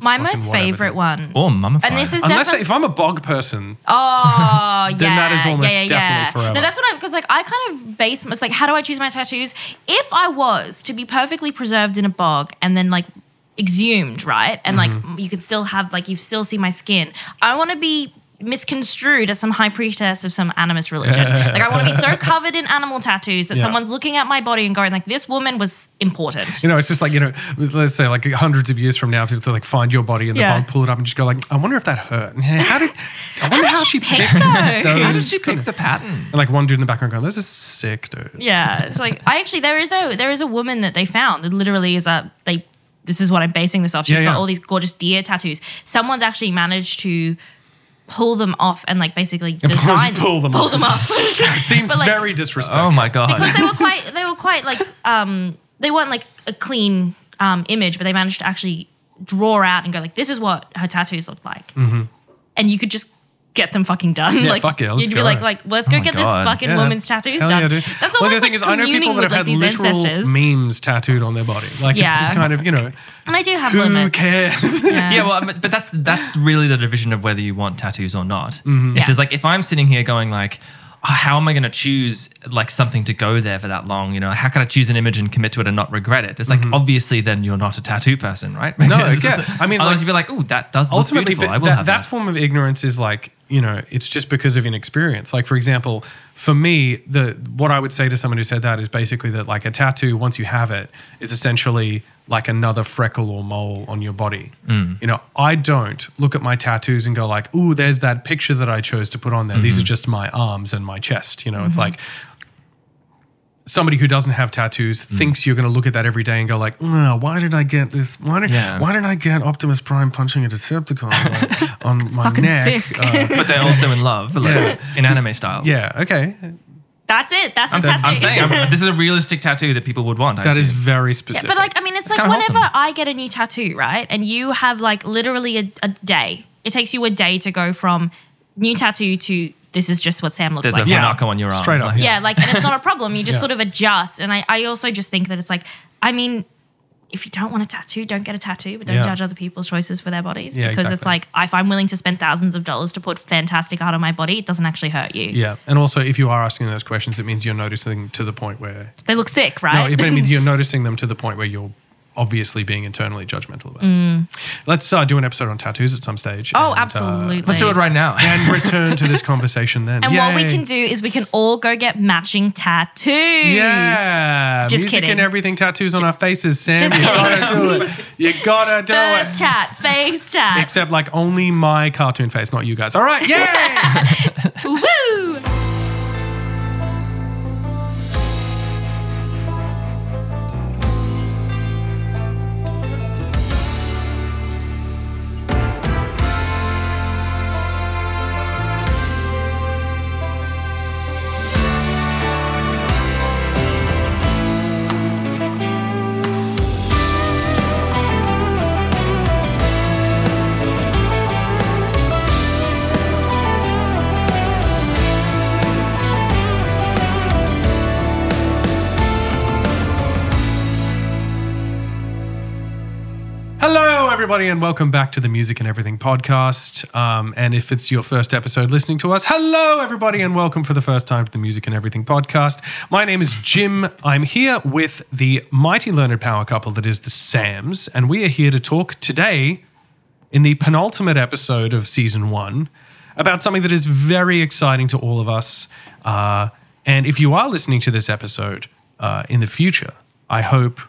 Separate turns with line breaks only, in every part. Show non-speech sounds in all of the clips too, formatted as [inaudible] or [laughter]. My
Fucking
most
whatever.
favorite one.
Or mummified.
And this is
Unless
definitely.
if I'm a bog person,
Oh, yeah.
[laughs] Then that is almost
yeah, yeah,
definitely
yeah.
forever.
No, that's what I'm because like I kind of base it's like how do I choose my tattoos? If I was to be perfectly preserved in a bog and then like exhumed, right? And
Mm-hmm.
like you could still have like you still see my skin. I want to be misconstrued as some high priestess of some animist religion. like I want to be
[laughs]
so covered in animal tattoos that
Yeah.
someone's looking at my body and going like this woman was important.
you know, it's just like you know, let's say like hundreds of years from now, people to like find your body in the
Yeah.
bog, pull it up, and just go like, I wonder if that hurt. [laughs] How did? I wonder
did
how
she
she
pick
picked
those?
those.
How did she
kind
pick
of-
the pattern?
And like one dude in the background going, "This is
[laughs]
sick, dude."
Yeah, it's like I actually there is a there is a woman that they found that literally is a they. This is what I'm basing this off. She's
Yeah,
got
yeah.
all these gorgeous deer tattoos. Someone's actually managed to pull them off and like basically design
[laughs] pull them
pull
off.
them off.
[laughs] Seems
But, like-
very disrespectful.
Oh my god.
because they were quite they were quite like um they weren't like a clean um image, but they managed to actually draw out and go like this is what her tattoos look like, and you could just. Get them fucking done.
Mm-hmm. Yeah,
like
fuck yeah, let's
you'd be
go. Oh
like, like, let's go
my
get
God.
this fucking
Yeah.
woman's tattoos
Hell yeah,
done.
dude.
That's almost
Well, the
like
thing is, I know people
communing with
that have
like
had
these
literal
ancestors.
memes tattooed on their body. Like
Yeah.
it's just kind of you know,
And I do have
who
limits.
cares?
Yeah.
yeah, well, I mean, but that's that's really the division of whether you want tattoos or not.
Mm-hmm.
It's
Yeah.
just like if I'm sitting here going like, "Oh, how am I going to choose like something to go there for that long? You know, how can I choose an image and commit to it and not regret it? It's like obviously then you're not a tattoo person, right? Because
yeah.
it's-
Mm-hmm. I mean,
otherwise
like,
you'd be like, oh, that does look
ultimately
beautiful.
but
I will
that,
have
that
that.
form of ignorance is like you know it's just because of inexperience like for example for me the what i would say to someone who said that is basically that like a tattoo once you have it is essentially like another freckle or mole on your body you know i don't look at my tattoos and go like ooh there's that picture that i chose to put on there these are just my arms and my chest you know it's like somebody who doesn't have tattoos
Mm.
thinks you're going to look at that every day and go like, "Oh, why did I get this? Why did
Yeah.
why did I get Optimus Prime punching a Decepticon
[laughs]
like, on my
fucking
neck?"
sick.
Uh,
But they're also in love, like, in anime style.
yeah, okay,
That's it. That's the
I'm,
tattoo.
I'm saying I'm, this is a realistic tattoo that people would want. [laughs] I
that is
assume.
very
Yeah,
specific.
but like, I mean, it's, like
kinda
whenever
wholesome.
I get a new tattoo, right? And you have like literally a, a day. It takes you a day to go from new tattoo to this is just what Sam looks
there's
like.
a
now.
Hanako on your arm.
Straight up,
Like,
yeah
yeah.
like and it's not a problem
[laughs]
you just
Yeah.
sort of adjust and I, I also just think that it's like i mean if you don't want a tattoo don't get a tattoo but don't
Yeah.
judge other people's choices for their bodies
Yeah,
because it's
exactly.
like if i'm willing to spend thousands of dollars to put fantastic art on my body it doesn't actually hurt you
yeah, and also if you are asking those questions, it means you're noticing to the point where
they look sick
no,
right
it- but
[laughs]
I mean you're noticing them to the point where you're obviously being internally judgmental about. it. Let's uh, do an episode on tattoos at some stage.
Mm. oh
and, uh,
absolutely
Let's do it right now.
and return to this conversation
[laughs]
then.
and what we
Yay.
can do is we can all go get matching tattoos
Yeah,
Just
music
kidding.
and everything tattoos on our faces, Sam.
just
you
kidding.
gotta
[laughs]
do it. You gotta do
First
it.
tat, face tat.
Except like only my cartoon face, not you guys. All right, yay!
[laughs] Woo!
Hello, everybody, and welcome back to the Music and Everything podcast. Um, and if it's your first episode listening to us, hello, everybody, and welcome for the first time to the Music and Everything podcast. My name is Jim. I'm here with the mighty learned power couple that is the Sams, and we are here to talk today in the penultimate episode of season one about something that is very exciting to all of us. Uh, and if you are listening to this episode uh, in the future, I hope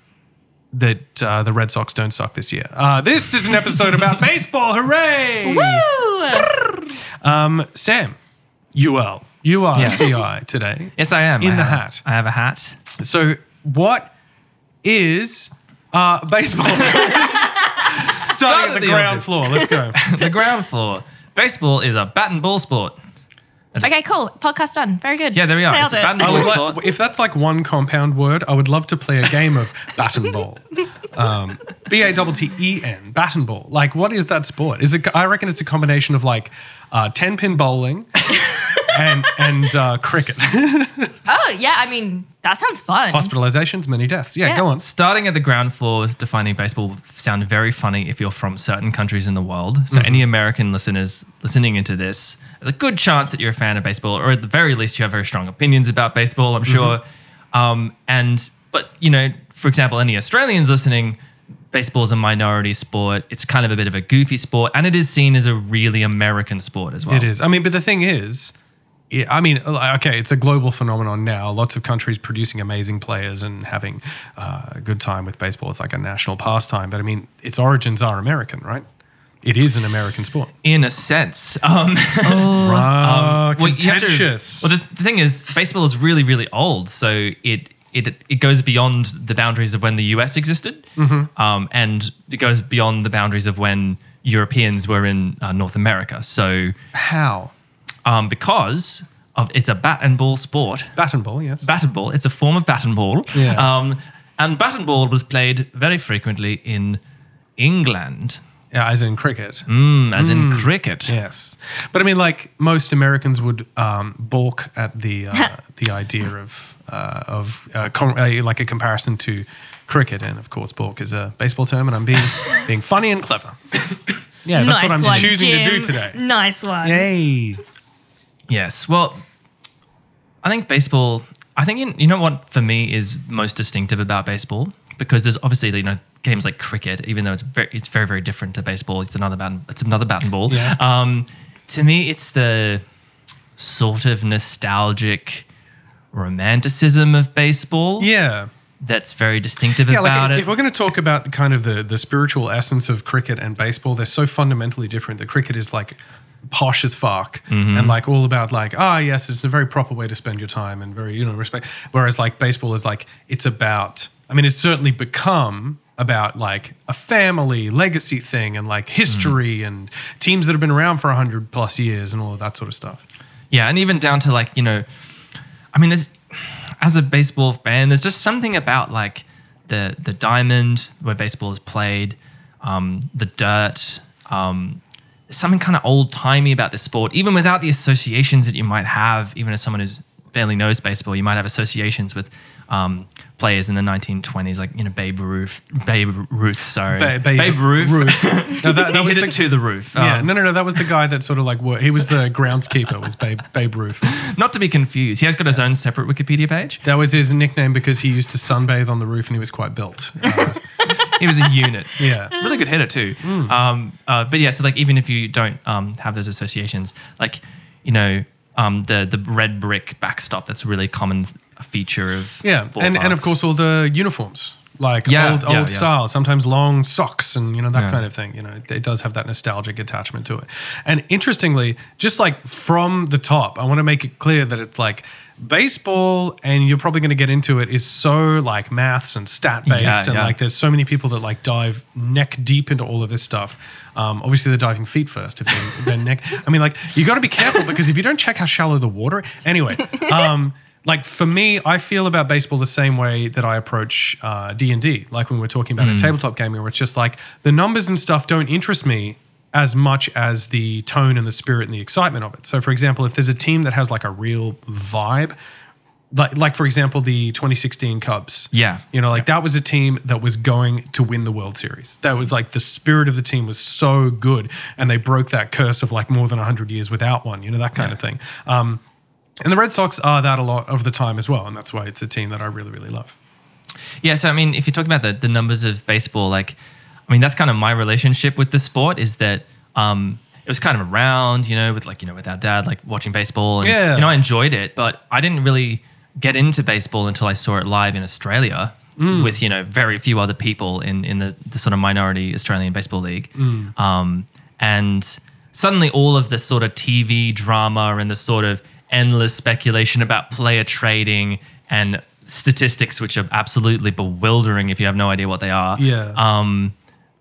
that uh, the Red Sox don't suck this year. Uh, this is an episode about baseball. Hooray!
Woo!
Sam, you are you are
Yes.
CI today.
Yes, I am.
In
I
the
have-
hat.
I have a hat.
So what is uh, baseball?
Start
Starting
at
at the
the
ground
obvious.
floor. Let's go.
the ground floor. Baseball is a bat and ball sport.
Okay, cool. Podcast done. Very good.
Yeah, there we are.
Nailed
It's a
it.
bat and
I
ball
would
sport.
like, if that's like one compound word, I would love to play a game of [laughs] bat and ball. Um, B A T T E N, bat and ball. Like, what is that sport? Is it? I reckon it's a combination of like uh, ten pin bowling and and uh, cricket.
Oh, yeah. I mean, that sounds fun.
Hospitalizations, many deaths. Yeah,
Yeah.
go on.
Starting at the ground floor with defining baseball would sound very funny if you're from certain countries in the world. So any American listeners listening into this, there's a good chance that you're a fan of baseball, or at the very least, you have very strong opinions about baseball. I'm sure. Um, and but you know, for example, any Australians listening, baseball is a minority sport. It's kind of a bit of a goofy sport, and it is seen as a really American sport as well.
It is. I mean, but the thing is, yeah, I mean, like, okay, it's a global phenomenon now. Lots of countries producing amazing players and having uh, a good time with baseball. It's like a national pastime. But I mean, its origins are American, right? It is an American sport.
in a sense. Um, [laughs]
Right.
Well, you have to-
Ah, contentious.
well, the, the thing is, baseball is really, really old, so it it it goes beyond the boundaries of when the U.S. existed,
Mm-hmm.
um, and it goes beyond the boundaries of when Europeans were in uh, North America. So,
How?
um, because of it's a bat and ball sport,
Bat and ball, yes.
bat and ball, it's a form of bat and ball,
Yeah.
um, and bat and ball was played very frequently in England,
yeah, as in cricket.
mm, as
Hmm.
in cricket.
Yes, but I mean, like most Americans would um, balk at the uh, the idea of uh, of uh, com- uh, like a comparison to cricket, and of course, balk is a baseball term, and I'm
[laughs]
being being funny and clever. Yeah, that's
nice
what I'm
one,
choosing to do
Jim.
today.
Nice one.
Yay!
Yes. Well, I think baseball. I think in, you know what for me is most distinctive about baseball because there's obviously you know games like cricket, even though it's very it's very very different to baseball. It's another bat. It's another bat and ball.
Yeah.
Um, to me, it's the sort of nostalgic romanticism of baseball
Yeah,
that's very distinctive
yeah.
about
Like
it.
if we're going to talk about the kind of the the spiritual essence of cricket and baseball, they're so fundamentally different. The cricket is like posh as fuck
Mm-hmm.
and like all about like ah yes it's a very proper way to spend your time and very you know respect whereas like baseball is like it's about i mean it's certainly become about like a family legacy thing and like history
Mm.
and teams that have been around for 100 plus years and all of that sort of stuff
Yeah, and even down to like, you know, I mean, there's, as a baseball fan, there's just something about like the the diamond where baseball is played, um, the dirt, um, something kind of old timey about this sport, even without the associations that you might have, even as someone who's barely knows baseball, you might have associations with um, players in the 1920s, like you know Babe Ruth, Babe Ruth, sorry,
Ba-
Babe, Ruth. [laughs]
no, that, that
He
was
hit
the
it to the roof.
yeah,
Um,
no, no, no. That was the guy that sort of like wor- he was the groundskeeper. Was Babe Babe Ruth?
Not to be confused. He has got his own separate Wikipedia page.
That was his nickname because he used to sunbathe on the roof and he was quite built. Uh,
He was a [laughs] unit.
yeah.
really good hitter too.
Mm.
Um, uh, but yeah, so like even if you don't um, have those associations, like you know um, the the red brick backstop, that's a really common feature of
Yeah, and, and of
ballparks.
course all the uniforms, like
Yeah,
old
yeah,
old
yeah.
style, sometimes long socks and you know that
Yeah.
kind of thing. You know, it, it does have that nostalgic attachment to it. And interestingly, just like from the top, I want to make it clear that it's like baseball, and you're probably going to get into it, is so like maths and stat based,
Yeah,
and
yeah.
like there's so many people that like dive neck deep into all of this stuff. Um, obviously, they're diving feet first if they, their neck. I mean, like you got to be careful because if you don't check how shallow the water. Anyway, um, like for me, I feel about baseball the same way that I approach uh, D and D. Like when we're talking about a
Mm.
tabletop game, where it's just like the numbers and stuff don't interest me as much as the tone and the spirit and the excitement of it. So, for example, if there's a team that has like a real vibe, like like for example the 2016 Cubs.
Yeah.
You know, like that was a team that was going to win the World Series. That was like the spirit of the team was so good and they broke that curse of like more than 100 years without one, you know, that kind of thing. Um and the Red Sox are that a lot of the time as well, and that's why it's a team that I really really love.
yeah. So I mean, if you're talking about the the numbers of baseball, like I mean, that's kind of my relationship with the sport is that. Um, it was kind of around, you know, with like, you know, with our dad, like watching baseball. And,
Yeah.
You know, I enjoyed it, but I didn't really get into baseball until I saw it live in Australia with, you know, very few other people in, in the, the sort of minority Australian Baseball League. Um, and suddenly all of the sort of TV drama and the sort of endless speculation about player trading and statistics, which are absolutely bewildering if you have no idea what they are
Yeah.
Um,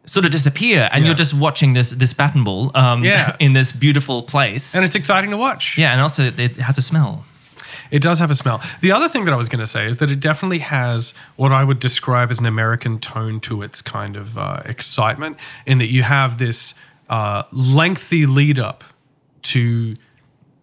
sort of disappear and
Yeah.
you're just watching this this bat and ball um,
Yeah.
[laughs] in this beautiful place
and it's exciting to watch.
yeah and also it has a smell [laughs]
It does have a smell. The other thing that I was going to say is that it definitely has what I would describe as an American tone to its kind of uh, excitement, in that you have this uh, lengthy lead up to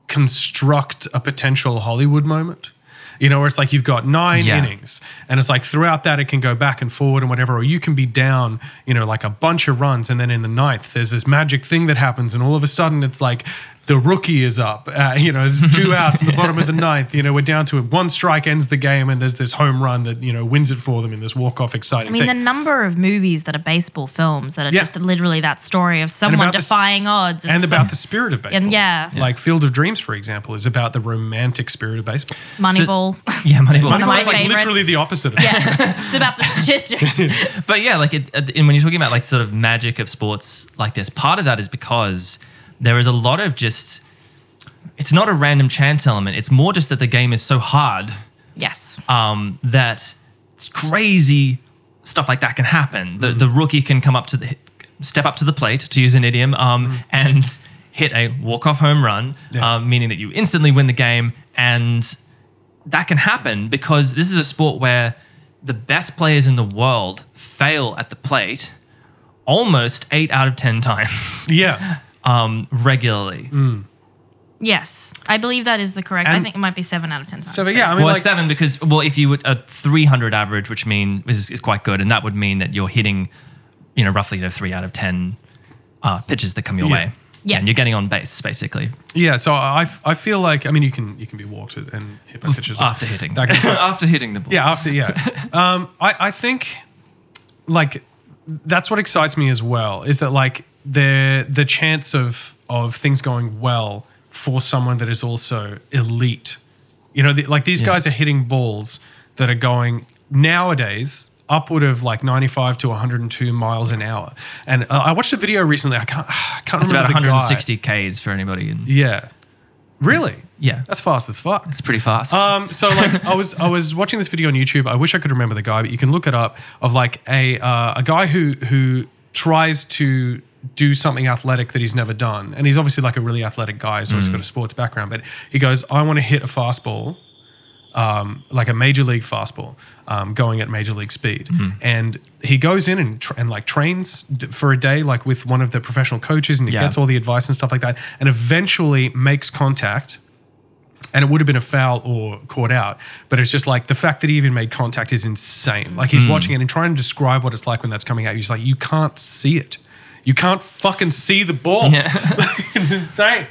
construct a potential Hollywood moment. You know, where it's like you've got nine
Yeah.
innings, and it's like throughout that it can go back and forward and whatever, or you can be down, you know, like a bunch of runs, and then in the ninth there's this magic thing that happens, and all of a sudden it's like the rookie is up. Uh, [laughs] you know, there's two outs in the bottom of the ninth. You know, we're down to it. One strike ends the game, and there's this home run that you know wins it for them in this walk off exciting
I mean, the
thing.
number of movies that are baseball films that are
Yeah.
just literally that story of
And
someone
about the s-
defying odds
and,
some-
about the spirit of baseball.
And yeah. Yeah.
like Field of Dreams, for example, is about the romantic spirit of baseball. [laughs]
Moneyball.
Yeah, Moneyball.
One of my
Moneyball's like
favorites.
literally the opposite of that.
yes, [laughs] it's about the statistics.
[laughs]
But yeah, like it, at the- and when you're talking about like sort of magic of sports like this, part of that is because there is a lot of just. It's not a random chance element. It's more just that the game is so hard
yes,
Uh,
um, that it's crazy stuff like that can happen. The, the rookie can come up to the step up to the plate, to use an idiom, um, and hit a walk off home run,
Yeah.
uh, meaning that you instantly win the game. And that can happen because this is a sport where the best players in the world fail at the plate almost eight out of ten times [laughs]
Yeah.
um, regularly.
yes, I believe that is the correct. I
And-
think it might be seven out of ten times.
So but
but-
yeah, I mean,
well,
like,
seven because well, if you would a three hundred average, which mean is, is quite good, and that would mean that you're hitting, you know, roughly you know, three out of ten uh, pitches that come your
Yeah.
way.
Yeah.
and you're getting on base basically
yeah. So I, f- I feel like I mean, you can you can be walked and hit by pitches
after hitting [laughs]
That kind of stuff.
after hitting the ball.
yeah, after yeah. Um, I I think like that's what excites me as well is that like the the chance of of things going well for someone that is also elite. You know, the, like these
Yeah.
guys are hitting balls that are going nowadays upward of like 95 to 102 miles an hour. And uh, I watched a video recently. I can't [sighs] I can't
it's about
remember the guy.
160 k's for anybody. And
Yeah. Really?
yeah,
That's fast as fuck.
it's pretty fast.
Um, so like I was I was watching this video on YouTube. I wish I could remember the guy, but you can look it up of like a uh, a guy who who tries to do something athletic that he's never done, and he's obviously like a really athletic guy. He's always got a sports background, but he goes, I want to hit a fastball. Um, like a major league fastball, um, going at major league speed,
Mm-hmm.
and he goes in and, tr and like trains d- for a day, like with one of the professional coaches, and he
Yeah.
gets all the advice and stuff like that, and eventually makes contact and it would have been a foul or caught out. But it's just like the fact that he even made contact is insane. Like
Mm.
he's watching it and trying to describe what it's like when that's coming out. He's like, you can't see it. You can't fucking see the ball. [laughs] it's insane.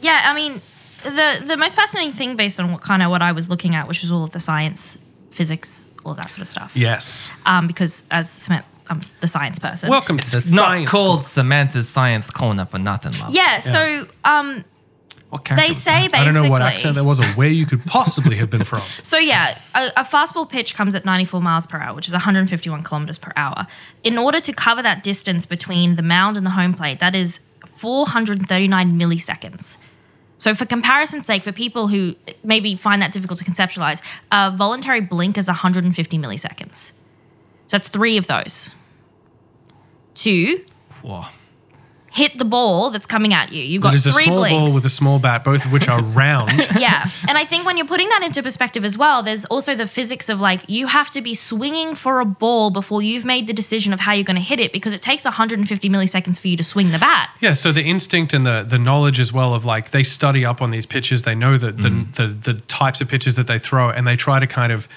yeah, I mean, the the most fascinating thing based on what kind of what I was looking at, which was all of the science, physics, all of that sort of stuff.
Yes.
Um, because as Smith, I'm the science person.
Welcome to the
not
science.
called Samantha's science corner for nothing, love.
Yeah, so um,
What character
they
was
say
that?
basically.
I don't know what accent that was or where you could possibly have been
[laughs]
from.
So yeah, a, a fastball pitch comes at 94 miles per hour, which is 151 kilometers per hour. In order to cover that distance between the mound and the home plate, that is 439 milliseconds. So for comparison's sake, for people who maybe find that difficult to conceptualize, a voluntary blink is 150 milliseconds. So that's three of those. To
Whoa.
hit the ball that's coming at you. You've got
It is a
three
small
blinks.
ball with a small bat, both of
[laughs]
which are round.
yeah. And I think when you're putting that into perspective as well, there's also the physics of like you have to be swinging for a ball before you've made the decision of how you're going to hit it because it takes 150 milliseconds for you to swing the bat.
Yeah, so the instinct and the the knowledge as well of like they study up on these pitches. They know that the,
Mm.
the the types of pitches that they throw, and they try to kind of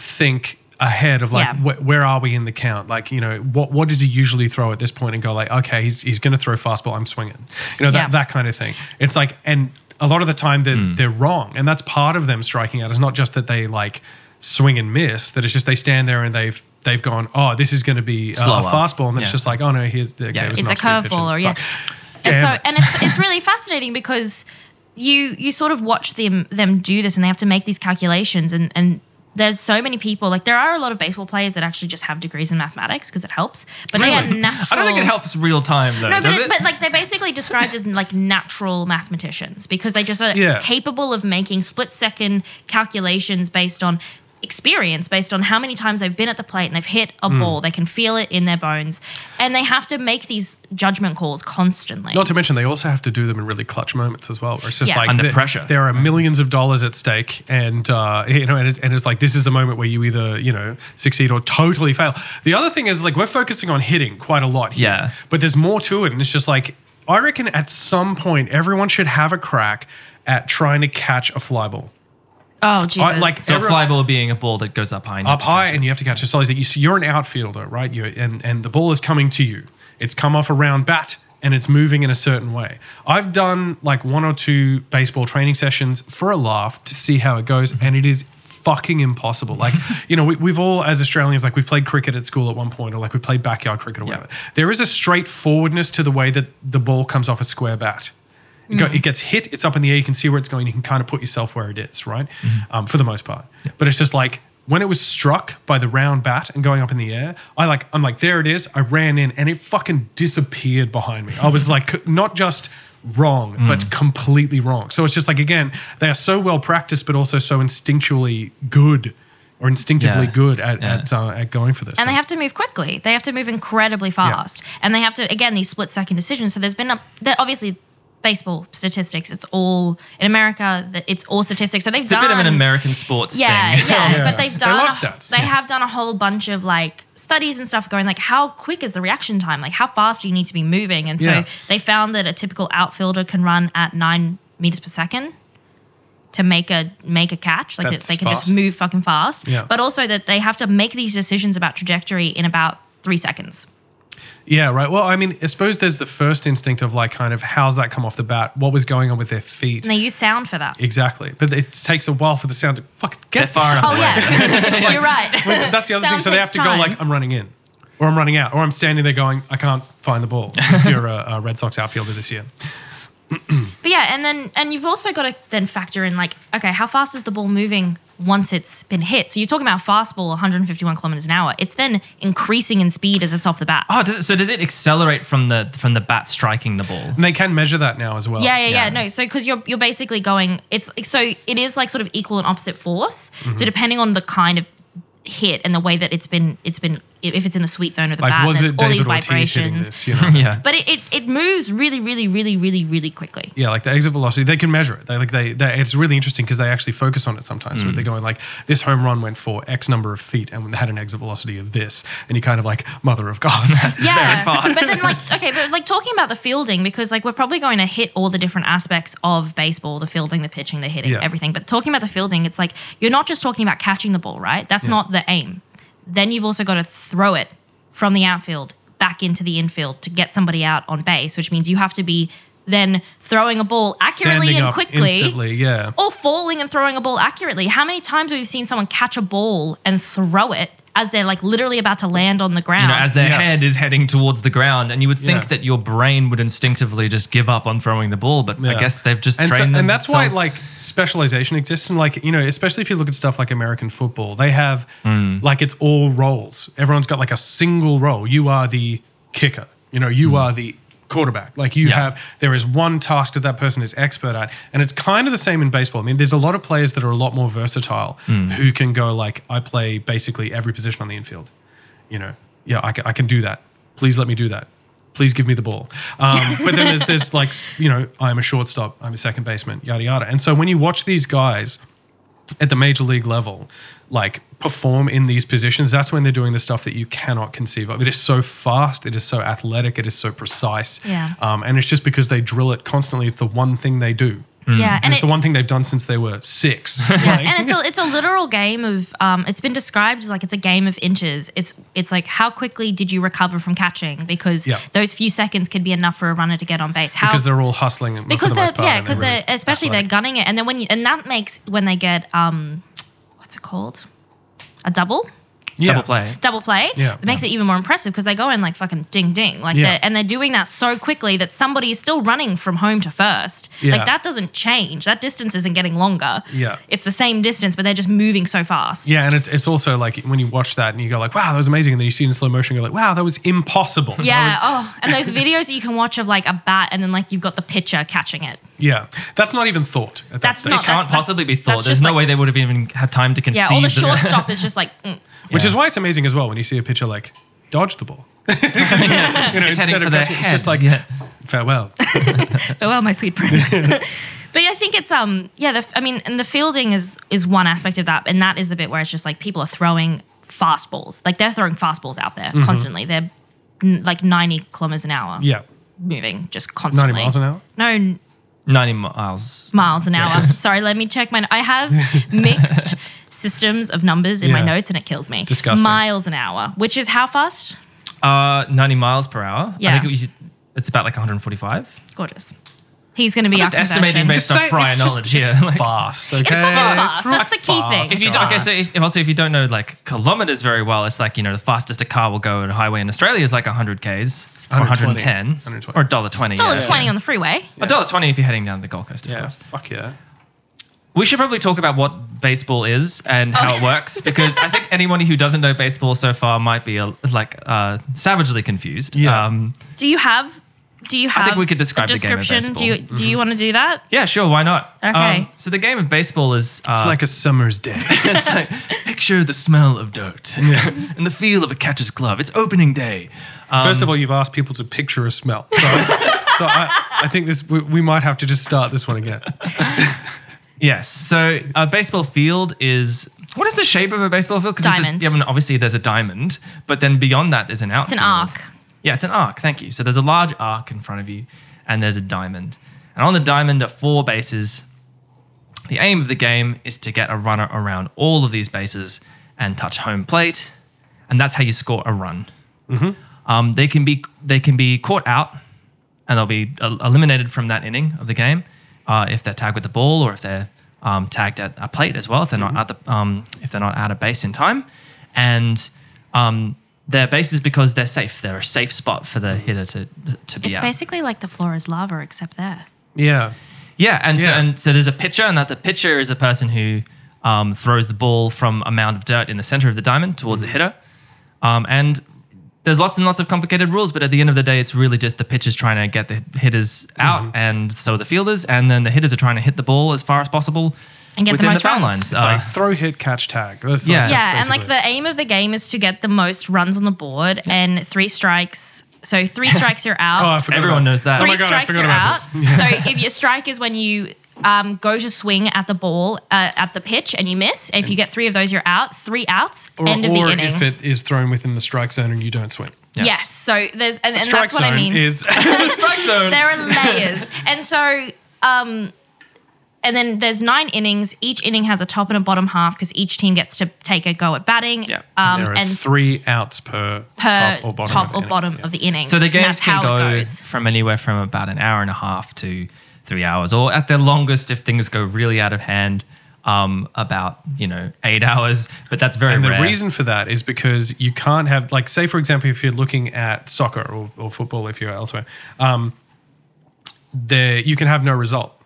think ahead of like
Yeah.
wh- where are we in the count? Like you know what what does he usually throw at this point, and go like okay he's he's going to throw fastball. I'm swinging, you know that
Yeah. Mm.
that kind of thing. It's like and a lot of the time they're they're wrong, and that's part of them striking out. It's not just that they like swing and miss. That it's just they stand there and they've. They've gone. Oh, this is going to be uh, a
Slower.
fastball, and then it's
Yeah.
just like, oh no, here's the, okay,
Yeah.
it was
It's
an
a
off-speed pitch.
curveball or yeah.
Fuck.
And so
Damn it.
and it's it's really fascinating because you you sort of watch them them do this and they have to make these calculations and and there's so many people like there are a lot of baseball players that actually just have degrees in mathematics because it helps, but they are
Really?
natural.
I don't think it helps real time though.
Oh. No, but,
does
it, but like they're basically described as like natural mathematicians because they just are
Yeah.
capable of making split second calculations based on experience, based on how many times they've been at the plate and they've hit a
Hmm.
ball. They can feel it in their bones, and they have to make these judgment calls constantly.
Not to mention, they also have to do them in really clutch moments as well. Where it's just
Yeah.
like
Under
there-
pressure. Mm.
There are millions of dollars at stake, and uh, you know, and it's, and it's like this is the moment where you either you know succeed or totally fail. The other thing is like we're focusing on hitting quite a lot. Here,
Yeah.
but there's more to it, and it's just like I reckon at some point everyone should have a crack at trying to catch a fly ball.
Oh Jesus!
like,
So
Everyone-
fly ball being a ball that goes up high. and you
up
have to
high
catch it.
and you have to catch it. So he's like, you see, you're an outfielder, right? You and and the ball is coming to you. It's come off a round bat and it's moving in a certain way. I've done like one or two baseball training sessions for a laugh to see how it goes, and it is fucking impossible.
[laughs]
Like, you know, we, we've all as Australians like we've played cricket at school at one point, or like we played backyard cricket or
Yeah.
whatever. There is a straightforwardness to the way that the ball comes off a square bat. It,
Mm-hmm.
go, it gets hit, it's up in the air, you can see where it's going, you can kind of put yourself where it is, right?
Mm-hmm.
Um, for the most part. But it's just like when it was struck by the round bat and going up in the air, I like, I'm like, there it is. I ran in and it fucking disappeared behind me. I was like, not just wrong,
Mm.
but completely wrong. So it's just like, again, they are so well practiced, but also so instinctually good or instinctively
Yeah.
good at,
Yeah.
at, uh, at going for this.
and they
thing.
have to move quickly. They have to move incredibly fast, and they have to again these split second decisions. So there's been a there, obviously baseball statistics. It's all in America. that- It's all statistics. So they've
It's a
done
bit of an American sports
Yeah,
[laughs]
thing.
yeah,
Yeah.
But they've
They
done.
love stats.
They have done a whole bunch of like studies and stuff going like how quick is the reaction time? Like how fast do you need to be moving? And so
Yeah.
they found that a typical outfielder can run at nine meters per second to make a make a catch. Like
That's
they can
fast.
just move fucking fast.
Yeah.
But also that they have to make these decisions about trajectory in about three seconds.
Yeah, right. Well, I mean, I suppose there's the first instinct of like, kind of, how's that come off the bat? What was going on with their feet?
And they use sound for that.
Exactly. But it takes a while for the sound to fucking
They're
get
far
there.
enough
Oh
[laughs]
away.
yeah, you're right.
That's the other thing.
Sound
So they have
takes
to go like,
time.
I'm running in, or I'm running out, or I'm standing there going, I can't find the [laughs] ball. If you're a, a Red Sox outfielder this year,
But yeah, and then and you've also got to then factor in like, okay, how fast is the ball moving once it's been hit? So you're talking about fastball 151 kilometers an hour. It's then increasing in speed as it's off the bat.
Oh, does it, so does it accelerate from the from the bat striking the ball?
and they can measure that now as well.
yeah, yeah, yeah,
yeah.
No, so because you're you're basically going, it's so it is like sort of equal and opposite force.
Mm-hmm.
So depending on the kind of hit and the way that it's been, it's been if it's in the sweet zone of the
Like,
bat,
was
there's
it
all these
David Ortiz hitting
vibrations.
this? You [laughs] know.
Yeah.
But it, it it moves really, really, really, really, really quickly.
Yeah, like the exit velocity, they can measure it. They like they, they it's really interesting because they actually focus on it sometimes. Where they're going like, this home run went for X number of feet and had an exit velocity of this, and you're kind of like, mother of God, [laughs] that's
yeah.
very fast.
But then, like, okay, but like talking about the fielding because like we're probably going to hit all the different aspects of baseball: the fielding, the pitching, the hitting,
Yeah.
everything. But talking about the fielding, it's like you're not just talking about catching the ball, right? That's not the aim. Then you've also got to throw it from the outfield back into the infield to get somebody out on base, which means you have to be then throwing a ball accurately
standing
and
up
quickly.
instantly. Yeah,
Or falling and throwing a ball accurately. How many times have we seen someone catch a ball and throw it as they're like literally about to land on the
you
ground?
know, as their
Yeah.
head is heading towards the ground, and you would think
Yeah.
that your brain would instinctively just give up on throwing the ball, but
Yeah.
I guess they've just
and so-
trained them.
and that's why like specialization exists and like you know especially if you look at stuff like american football they have
Mm.
like it's all roles everyone's got like a single role you are the kicker you know you are the quarterback like you
Mm. Yeah.
have there is one task that that person is expert at and it's kind of the same in baseball i mean there's a lot of players that are a lot more versatile
Mm.
who can go like i play basically every position on the infield you know, yeah, I can, I can do that. Please let me do that. Please give me the ball.
[laughs]
Um, but then there's, there's like, you know, I'm a shortstop, I'm a second baseman, yada, yada. And so when you watch these guys at the major league level, like perform in these positions, that's when they're doing the stuff that you cannot conceive of. It is so fast, it is so athletic, it is so precise.
Yeah.
Um, and it's just because they drill it constantly. It's the one thing they do.
yeah,
And
and
Mm. it's
it,
the one thing they've done since they were six.
Yeah,
[laughs]
and it's a it's a literal game of um, it's been described as like it's a game of inches. It's it's like how quickly did you recover from catching because
Yeah.
those few seconds could be enough for a runner to get on base. How
because they're all hustling. for
because
the
they're
most part,
yeah
and
because
really
they're especially
athletic.
they're gunning it and then when you and that makes when they get um what's it called a double
Yeah.
double play.
double play
Yeah.
it makes it even more impressive because they go in like fucking ding ding like
Yeah.
they're, and they're doing that so quickly that somebody is still running from home to first
Yeah.
like that doesn't change that distance isn't getting longer
Yeah.
it's the same distance but they're just moving so fast
Yeah, and it's, it's also like when you watch that and you go like, wow, that was amazing, and then you see it in slow motion, and you're like, wow, that was impossible. That
Yeah,
was-
oh, and those videos that you can watch of like a bat and then like you've got the pitcher catching it.
yeah, that's not even thought at that
That's
stage,
not-
It can't
that's-
possibly be thought.
that's
There's
just
no
like-
way they would have even had time to conceive.
Yeah, all the
that- [laughs]
shortstop is just like, mm.
which
Yeah.
is why it's amazing as well when you see a pitcher like dodge the ball. you know,
It's heading
instead
for
of
their
catching,
head.
it's just like
yeah.
farewell.
farewell, Oh, my sweet
[laughs]
prince. but I think it's um, yeah, the, I mean, and the fielding is is one aspect of that, and that is the bit where it's just like people are throwing fastballs, like they're throwing fastballs out
Mm-hmm.
there constantly. They're n- like ninety kilometers an hour
Yeah,
moving just
ninety
constantly.
miles an hour.
No, n-
90 miles.
miles an
[laughs]
hour.
Yes.
Sorry, let me check my. I have mixed systems of numbers in my
Yeah.
notes, and it kills me.
Disgusting.
Miles an hour, which is how fast?
Uh, 90 miles per hour. I
Yeah.
think we should, it's about like 145.
Gorgeous. He's going to be
I'm just
our
estimating
conversion.
based on prior knowledge
it's
here. Like-
fast. Okay,
fucking fast.
real
That's the key
fast.
thing.
If you don't, okay, so if, if also if you don't know like kilometers very well, it's like you know the fastest a car will go on a highway in Australia is like 100 k's or
120.
110
120.
or a dollar twenty.
Dollar
yeah.
twenty on the freeway.
A dollar twenty if you're heading down the Gold Coast, of
yeah,
course.
fuck yeah.
We should probably talk about what baseball is and how it works because I think anyone who doesn't know baseball so far might be a, like uh, savagely confused.
Yeah.
Um,
Do you have? Do you have?
think we could describe
a
the game of
description. do you? Do
Mm-hmm.
you want to do that?
yeah, sure, why not? Um,
Okay.
so the game of baseball is uh,
It's like a summer's day.
it's like picture the smell of dirt [laughs] and the feel of a catcher's glove. It's opening day.
First of all, you've asked people to picture a [laughs] smell. So, Um, so I, I think this we, we might have to just start this one again.
Yes. So a baseball field is what is the shape of a baseball field? 'Cause it's a-
Diamond.
yeah, I mean, obviously there's a diamond, but then beyond that is an outfield.
It's an arc.
Yeah, it's an arc. Thank you. So there's a large arc in front of you, and there's a diamond. And on the diamond are four bases. The aim of the game is to get a runner around all of these bases and touch home plate, and that's how you score a run. Um, they can be they can be caught out, and they'll be el- eliminated from that inning of the game uh, if they're tagged with the ball or if they're um, tagged at a plate as well. If they're not at the um, if they're not out of base in time, and um, their bases because they're safe. They're a safe spot for the hitter to to be
It's
at.
basically like the floor is lava, except there.
Yeah.
Yeah, and so
Yeah.
and so there's a pitcher, and that the pitcher is a person who um, throws the ball from a mound of dirt in the center of the diamond towards
Mm.
a hitter. Um, and there's lots and lots of complicated rules, but at the end of the day, it's really just the pitcher's trying to get the hitters out,
Mm-hmm.
and so are the fielders, and then the hitters are trying to hit the ball as far as possible
And get the
within
most
foul
runs.
lines.
It's
Uh,
like throw, hit, catch, tag. That's
Yeah.
like,
yeah, and
that's
like
basically
the aim of the game is to get the most runs on the board and three strikes. So
[laughs]
three strikes you're
it. oh,
out.
I forgot
Everyone
about-
knows that.
Oh
Three
my God, I
strikes
forgot
you're
about
out.
this. [laughs]
so if your strike is when you um, go to swing at the ball uh, at the pitch and you miss. If you get three of those, you're out. Three outs.
Or,
end of
or
the inning.
if it is thrown within the strike zone and you don't swing.
yes. So the, and, and that's what I mean.
is [laughs]
strike zone.
there are layers, and so. Um, and then there's nine innings. Each inning has a top and a bottom half because each team gets to take a go at batting.
Yeah.
Um,
there are
and
three outs per,
per
top or bottom, of,
top
the
or
inning.
bottom
Yeah.
of the inning.
So the
And
games
that's
can
how
go
it goes.
from anywhere from about an hour and a half to three hours, or at their longest, if things go really out of hand, um, about you know eight [laughs] hours. But that's very
And the
rare.
reason for that is because you can't have, like, say, for example, if you're looking at soccer or, or football, if you're elsewhere, um, there you can have no result.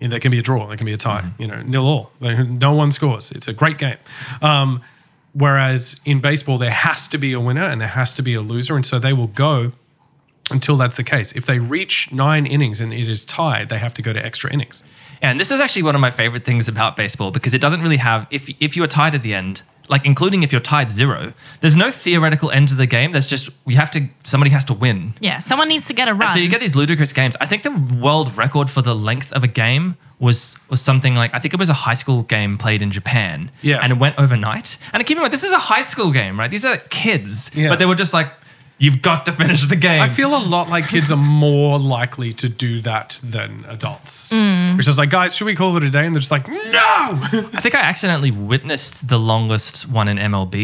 You know, There can be a draw, there can be a tie,
Mm-hmm.
you know, nil all. Like, No one scores. It's a great game. Um, whereas in baseball, there has to be a winner and there has to be a loser. And so they will go until that's the case. If they reach nine innings and it is tied, they have to go to extra innings.
and this is actually one of my favorite things about baseball because it doesn't really have if if you are tied at the end. Like including if you're tied zero, there's no theoretical end to the game. There's just you have to somebody has to win.
Yeah, someone needs to get a run.
Uh, So you get these ludicrous games. I think the world record for the length of a game was was something like I think it was a high school game played in Japan.
Yeah.
And it went overnight. And keep in mind, this is a high school game, right? These are kids.
Yeah.
But they were just like, you've got to finish the game.
I feel a lot like kids are more likely to do that than adults.
Mm.
Which is like, guys, should we call it a day? And they're just like, no.
I think I accidentally witnessed the longest one in MLB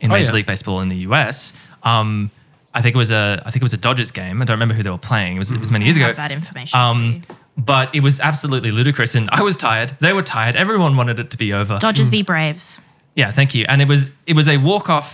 in
Oh,
Major
yeah.
League Baseball in the US. Um, I think it was a I think it was a Dodgers game. I don't remember who they were playing. It was, it was
Mm,
many years ago.
have that information.
Um, but it was absolutely ludicrous, and I was tired. They were tired. Everyone wanted it to be over.
Dodgers v Braves.
Yeah, thank you. And it was it was a walk off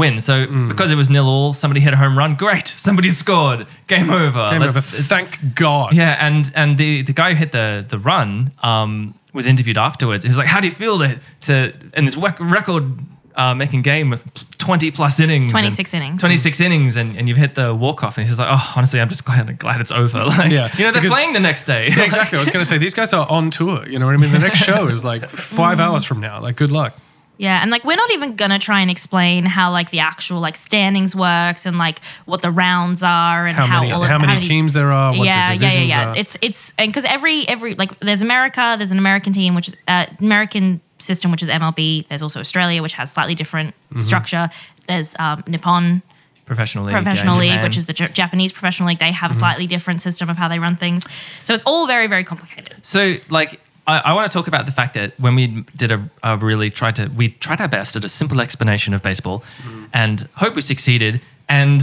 win. So
Mm.
because it was nil all, somebody hit a home run. Great, [laughs] somebody scored. Game over.
Game
Let's-
over. Thank God.
Yeah, and and the the guy who hit the the run um, was interviewed afterwards. He was like, "How do you feel to to in this wec- record?" Uh, making game with twenty plus innings, and-
26 innings.
twenty six innings, and, and you've hit the walk off, and he's just like, oh, honestly, I'm just glad glad it's over. [laughs] Like,
Yeah,
you know, they're
because-
playing the next day.
[laughs] Yeah, exactly. I was going to say, these guys are on tour. You know what I mean? The next show is like
Mm.
five hours from now. Like, good luck.
Yeah, and like we're not even gonna try and explain how like the actual like standings works and like what the rounds are and
How,
how,
many,
all
how,
of,
many teams there are, what
yeah,
the
yeah, yeah,
divisions
yeah.
are.
It's it's and because every every like there's America, there's an American team which is uh, American system which is MLB. There's also Australia which has slightly different structure. There's um, Nippon
professional league. Mm-hmm. yeah, in
professional league,
Japan. Mm-hmm.
which is the J- Japanese professional league. They have a slightly different system of how they run things. So it's all very, very complicated.
So, like, I, I want to talk about the fact that when we did a, a really tried to, we tried our best at a simple explanation of baseball and hope we succeeded. And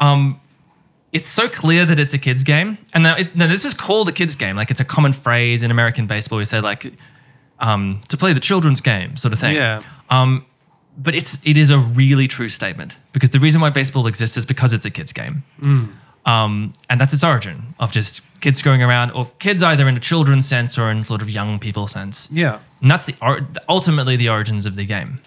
um, it's so clear that it's a kid's game. And now, it, now this is called a kid's game. Like, it's a common phrase in American baseball. You say, like, um, to play the children's game, sort of thing.
Yeah.
Um, but it's it is a really true statement because the reason why baseball exists is because it's a kids game. Um, and that's its origin of just kids going around, or kids either in a children's sense or in sort of young people sense.
Yeah.
And that's the or- ultimately the origins of the game.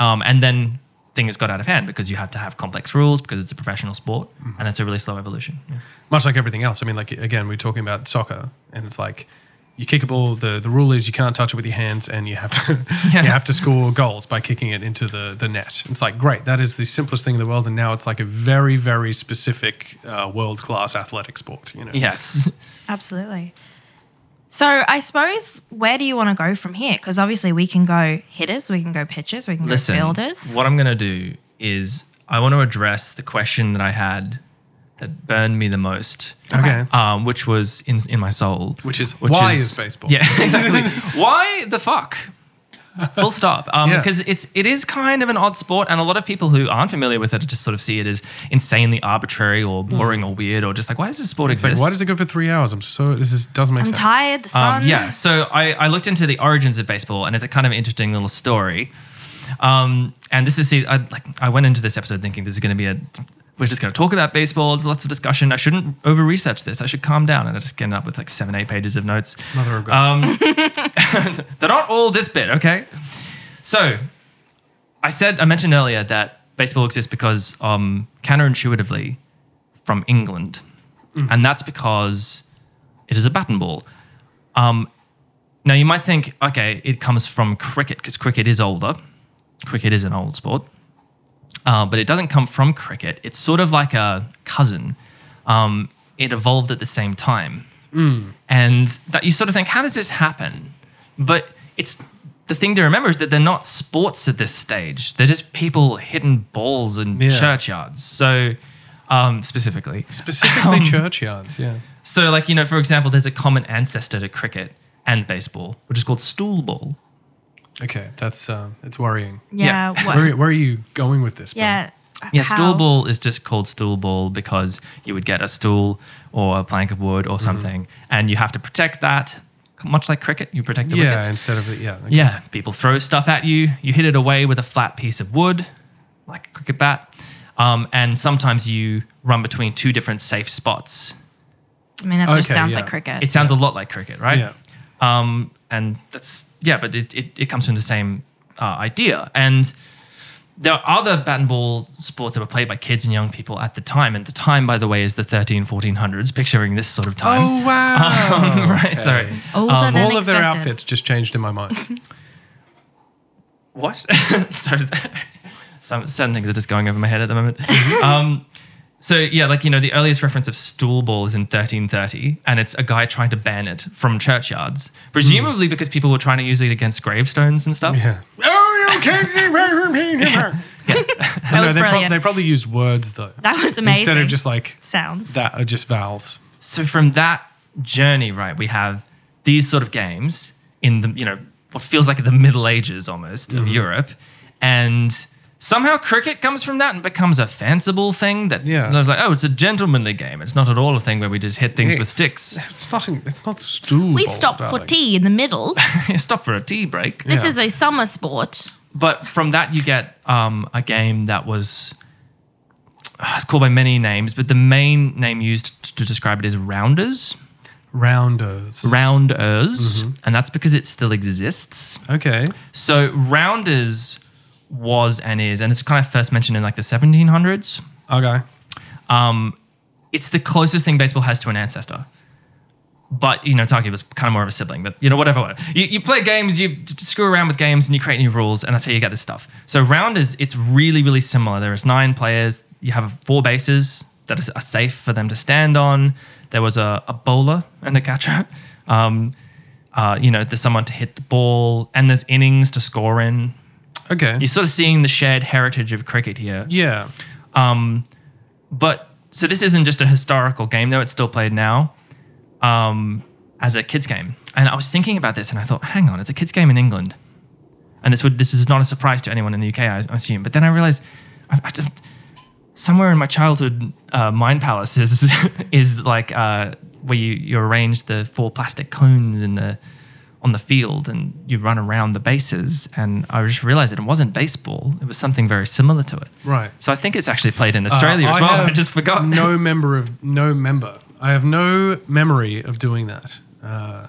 Um, and then things got out of hand because you had to have complex rules because it's a professional sport, and it's a really slow evolution. Yeah.
much like everything else. I mean, like again, we're talking about soccer, and it's like you kick a ball. the The rule is you can't touch it with your hands, and you have to [laughs]
Yeah.
you have to score goals by kicking it into the the net. It's like great, that is the simplest thing in the world, and now it's like a very very specific uh, world class athletic sport. You know,
Yes.
Absolutely. So I suppose where do you want to go from here? Because obviously we can go hitters, we can go pitchers, we can
[laughs] Listen,
go fielders.
what I'm going to do is I want to address the question that I had that burned me the most.
Okay.
Um, which was in in my soul.
Which is, why is baseball?
[laughs] Yeah, exactly.
[laughs]
why the fuck? Full stop. Um,
Yeah.
Because it's it is kind of an odd sport, and a lot of people who aren't familiar with it just sort of see it as insanely arbitrary or boring or weird or just like why does this sport
Hmm. It's
exist?
like why does it go for three hours? I'm so this is doesn't make
I'm
sense.
tired, the sun.
Um, yeah, so I, I looked into the origins of baseball, and it's a kind of interesting little story. Um, and this is see, I, like I went into this episode thinking this is going to be a we're just going to talk about baseball. There's lots of discussion. I shouldn't over research this. I should calm down. And I just ended up with like seven, eight pages of notes.
Mother of God.
Um, they're not all this bit, okay? So, I said I mentioned earlier that baseball exists because, um, counterintuitively, from England, and that's because it is a bat and ball. Um, now you might think, okay, it comes from cricket because cricket is older. Cricket is an old sport, uh, but it doesn't come from cricket. It's sort of like a cousin. Um, it evolved at the same time and that you sort of think, how does this happen? But it's the thing to remember is that they're not sports at this stage. They're just people hitting balls in
Yeah.
churchyards. So um, specifically,
Specifically churchyards. Yeah.
so like you know, for example, there's a common ancestor to cricket and baseball, which is called stool ball.
Okay, that's um, it's worrying.
Yeah.
yeah.
what-
Where, where are you going with this? Ben?
yeah.
Yeah,
how-
stool ball is just called stool ball because you would get a stool or a plank of wood
Mm-hmm.
or something, and you have to protect that, much like cricket. You protect the
Yeah.
wickets.
Instead of the, yeah. okay.
Yeah, people throw stuff at you. You hit it away with a flat piece of wood, like a cricket bat. Um, and sometimes you run between two different safe spots.
I mean, that just
Okay,
sounds
yeah.
like cricket.
It sounds a lot like cricket, right?
Yeah.
Um, and that's, yeah, but it, it, it comes from the same uh, idea. And there are other bat and ball sports that were played by kids and young people at the time. And the time, by the way, is the 13, 1400s, picturing this sort of time.
Oh wow!
[laughs] right,
Okay.
sorry.
Older
um,
than
all of their
expected.
outfits just changed in my mind.
what? [laughs] so some certain things are just going over my head at
[laughs]
the moment. um, so yeah, like you know, the earliest reference of stool ball is in 1330, and it's a guy trying to ban it from churchyards, presumably because people were trying to use it against gravestones and stuff.
Yeah.
Oh, you can't
That was
they, prob-
brilliant.
they probably use words though.
that was amazing.
Instead of just like
sounds.
that or just vowels.
so from that journey, right, we have these sort of games in the you know what feels like the Middle Ages almost of
Mm-hmm.
Europe, and somehow cricket comes from that and becomes a fanciful thing that
Yeah.
and I was like, oh, it's a gentlemanly game. It's not at all a thing where we just hit things with
It's- [laughs]
sticks. [laughs]
It's not it's not stool.
we
ball,
stopped for
darling.
tea in the middle.
Stop for a tea break.
This
Yeah.
is a summer sport.
But from that, you get um, a game that was. uh, It's called by many names, but the main name used t- to describe it is rounders,
Rounders. Mm-hmm.
rounders, and that's because it still exists.
okay.
So rounders was and is, and it's kind of first mentioned in like the 1700s.
Okay.
It's the closest thing baseball has to an ancestor. But you know, Taki was kind of more of a sibling. But you know, whatever. whatever. You, you play games, you d- screw around with games, and you create new rules, and that's how you get this stuff. So rounders, it's really, really similar. There is nine players. You have four bases that is- are safe for them to stand on. There was a, a bowler and a catcher. Um, uh, you know, there's someone to hit the ball, and there's innings to score in.
Okay.
You're sort of seeing the shared heritage of cricket here.
Yeah.
Um, But so this isn't just a historical game though; it's still played now um, as a kids game. And I was thinking about this, and I thought, hang on, it's a kids game in England, and this would this is not a surprise to anyone in the UK, I, I assume. But then I realized, I, I don't- somewhere in my childhood, uh, Mind Palace is [laughs] is like uh, where you, you arrange the four plastic cones in the on the field and you run around the bases. And I just realized that it wasn't baseball; it was something very similar to it.
Right.
So I think it's actually played in Australia
Uh,
as well. [laughs] I
have
just forgot.
[laughs]
No member of no member. I have no memory of doing that uh,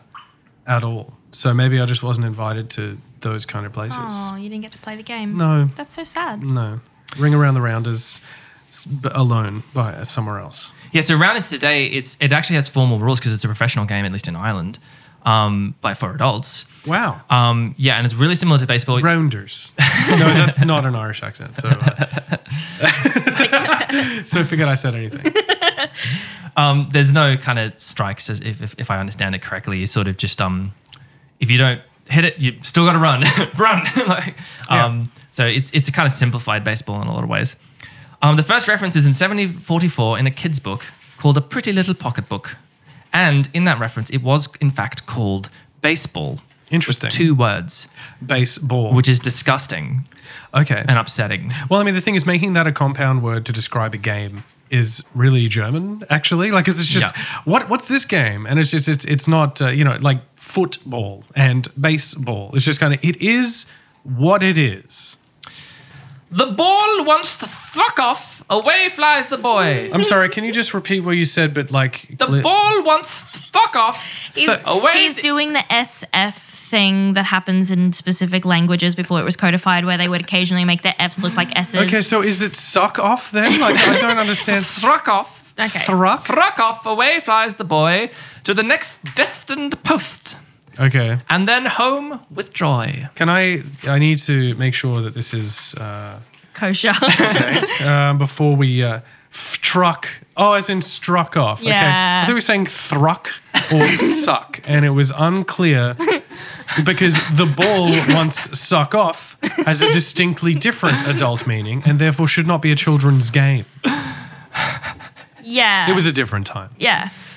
at all. So maybe I just wasn't invited to those kind of places.
Oh, you didn't get to play the game.
No.
That's so sad.
No, ring around the rounders s- b- alone by uh, somewhere else.
[laughs] Yeah, so Rounders today it's it actually has formal rules because it's a professional game, at least in Ireland, um, but for adults.
Wow.
Um, yeah, and it's really similar to baseball.
Rounders. no, that's not an Irish accent. So, uh, [laughs] so forget I said anything.
Um, there's no kind of strikes, as if, if if I understand it correctly. You sort of just um, if you don't hit it, you still got to run, [laughs] run. like, um, so it's it's a kind of simplified baseball in a lot of ways. Um, the first reference is in 1744 in a kid's book called A Pretty Little Pocketbook, and in that reference, it was in fact called baseball.
Interesting.
Two words.
Baseball.
which is disgusting
okay.
and upsetting.
Well, I mean, the thing is, making that a compound word to describe a game is really German, actually. Like, 'cause it's just
Yeah.
what what's this game? And it's just it's it's not uh, you know like football and baseball. It's just kind of it is what it is.
The ball wants to fuck off. Away flies the boy.
I'm sorry. Can you just repeat what you said? But like
The
cli-
ball wants to fuck off.
He's,
so
oh,
away.
he's doing the SF thing that happens in specific languages before it was codified, where they would occasionally make their Fs look like S's.
Okay, so is it suck off then? Like I don't understand.
Thruck off.
Okay.
Thruck?
Thruck off. Away flies the boy to the next destined post,
Okay.
and then home with joy.
Can I? I need to make sure that this is uh, [laughs]
Kosher.
um, before we uh, f- truck. Oh, as in struck off. Okay.
Yeah.
I think we were saying thruck or suck, and it was unclear because the ball once suck off has a distinctly different adult meaning, and therefore should not be a children's game.
yeah.
It was a different time.
Yes.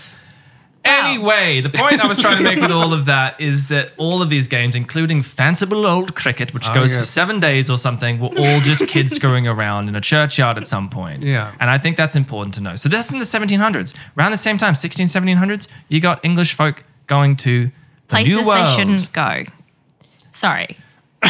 Anyway, the point I was trying to make with all of that is that all of these games, including fanciful old cricket, which goes for
Oh, yes.
seven days or something, were
[laughs]
all just kids screwing around in a churchyard at some point.
Yeah.
And I think that's important to know. So that's in the 1700s. Around the same time, 16, 1700s, you got English folk going to the
Places
New World.
they shouldn't go. Sorry. [laughs]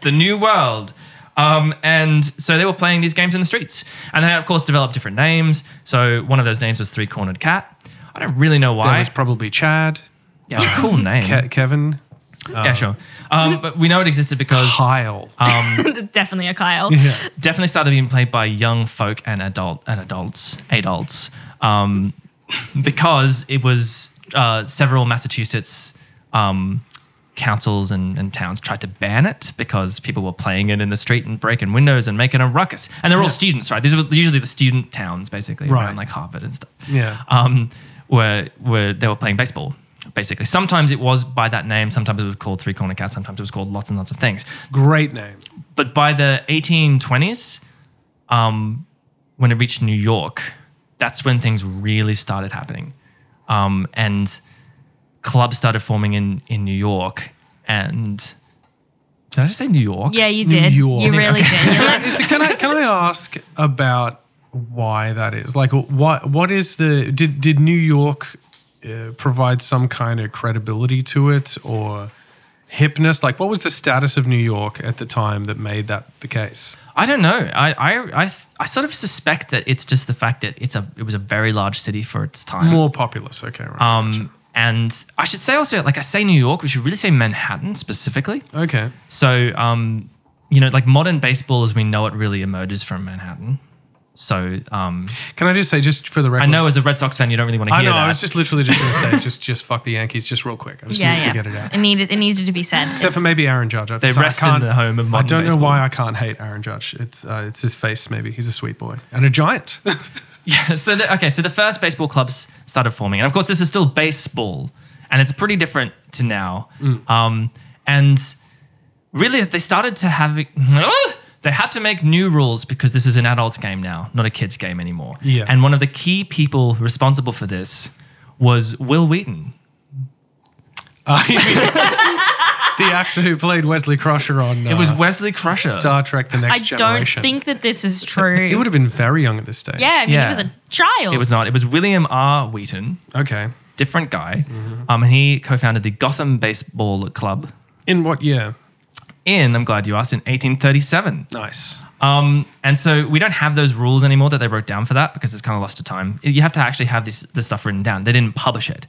The New World. Um, and so they were playing these games in the streets. And they, of course, developed different names. So one of those names was Three Cornered Cat. I don't really know
It
why.
was probably Chad,
Yeah, it was a cool name.
Ke- Kevin,
yeah, sure. Um, but we know it existed because
Kyle.
Uh,
Definitely a Kyle.
yeah.
definitely started being played by young folk and adult and adults, adults, um, [laughs] because it was uh, several Massachusetts um, councils and, and towns tried to ban it because people were playing it in the street and breaking windows and making a ruckus. And they're all students, right? These were usually the student towns, basically,
Right.
around like Harvard and stuff
Yeah.
um, were were they were playing baseball. Basically, sometimes it was by that name. Sometimes it was called Three Corner Cat. Sometimes it was called lots and lots of things.
Great name.
But by the 1820s, um, when it reached New York, that's when things really started happening, um, and clubs started forming in in New York. And did I just say New York?
Yeah, you
New
did.
York.
You really did.
[laughs]
You
Is it- can I can I ask about why that is? Like, what what is the did did New York uh, provide some kind of credibility to it or hipness? Like, what was the status of New York at the time that made that the case?
I don't know. I I, I th- I sort of suspect that it's just the fact that it's a it was a very large city for its time.
More populous, okay, right?
Um, and I should say also, like I say New York, we should really say Manhattan specifically.
okay,
So, um, you know, like modern baseball as we know it really emerges from Manhattan. So, um,
can I just say, just for the record,
I know as a Red Sox fan, you don't really want to
I
hear
know.
that.
I was just literally just going to say, just just fuck the Yankees, just real quick. I just
yeah,
need
yeah.
to get it out.
It needed it needed to be said.
Except for maybe Aaron Judge. I-
They
I
rest in
can't-
the home of
I
modern
don't know
baseball.
why I can't hate Aaron Judge. It's uh, it's his face. Maybe he's a sweet boy and a
[laughs]
giant.
yeah. [laughs] So, the, okay. So the first baseball clubs started forming, and of course, this is still baseball, and it's pretty different to
Mm.
now. Um, and really, [laughs] they started to have. They they had to make new rules because this is an adults game now, not a kids game anymore.
Yeah.
And one of the key people responsible for this was Will Wheaton.
I mean, Uh, [laughs] the actor who played Wesley Crusher on uh,
It was Wesley Crusher.
Star Trek: The
I
Next
don't
Generation.
think that this is true.
he would have been very young at this stage.
yeah, I mean,
Yeah.
he was a child.
It was not. [laughs] It was William R. Wheaton,
Okay.
different guy.
Mm-hmm.
Um, and he co-founded the Gotham Baseball Club
In what year?
in, I'm glad you asked, in 1837.
Nice.
Um, and so we don't have those rules anymore that they wrote down for that because it's kind of lost to time. You have to actually have this this stuff written down. They didn't publish it,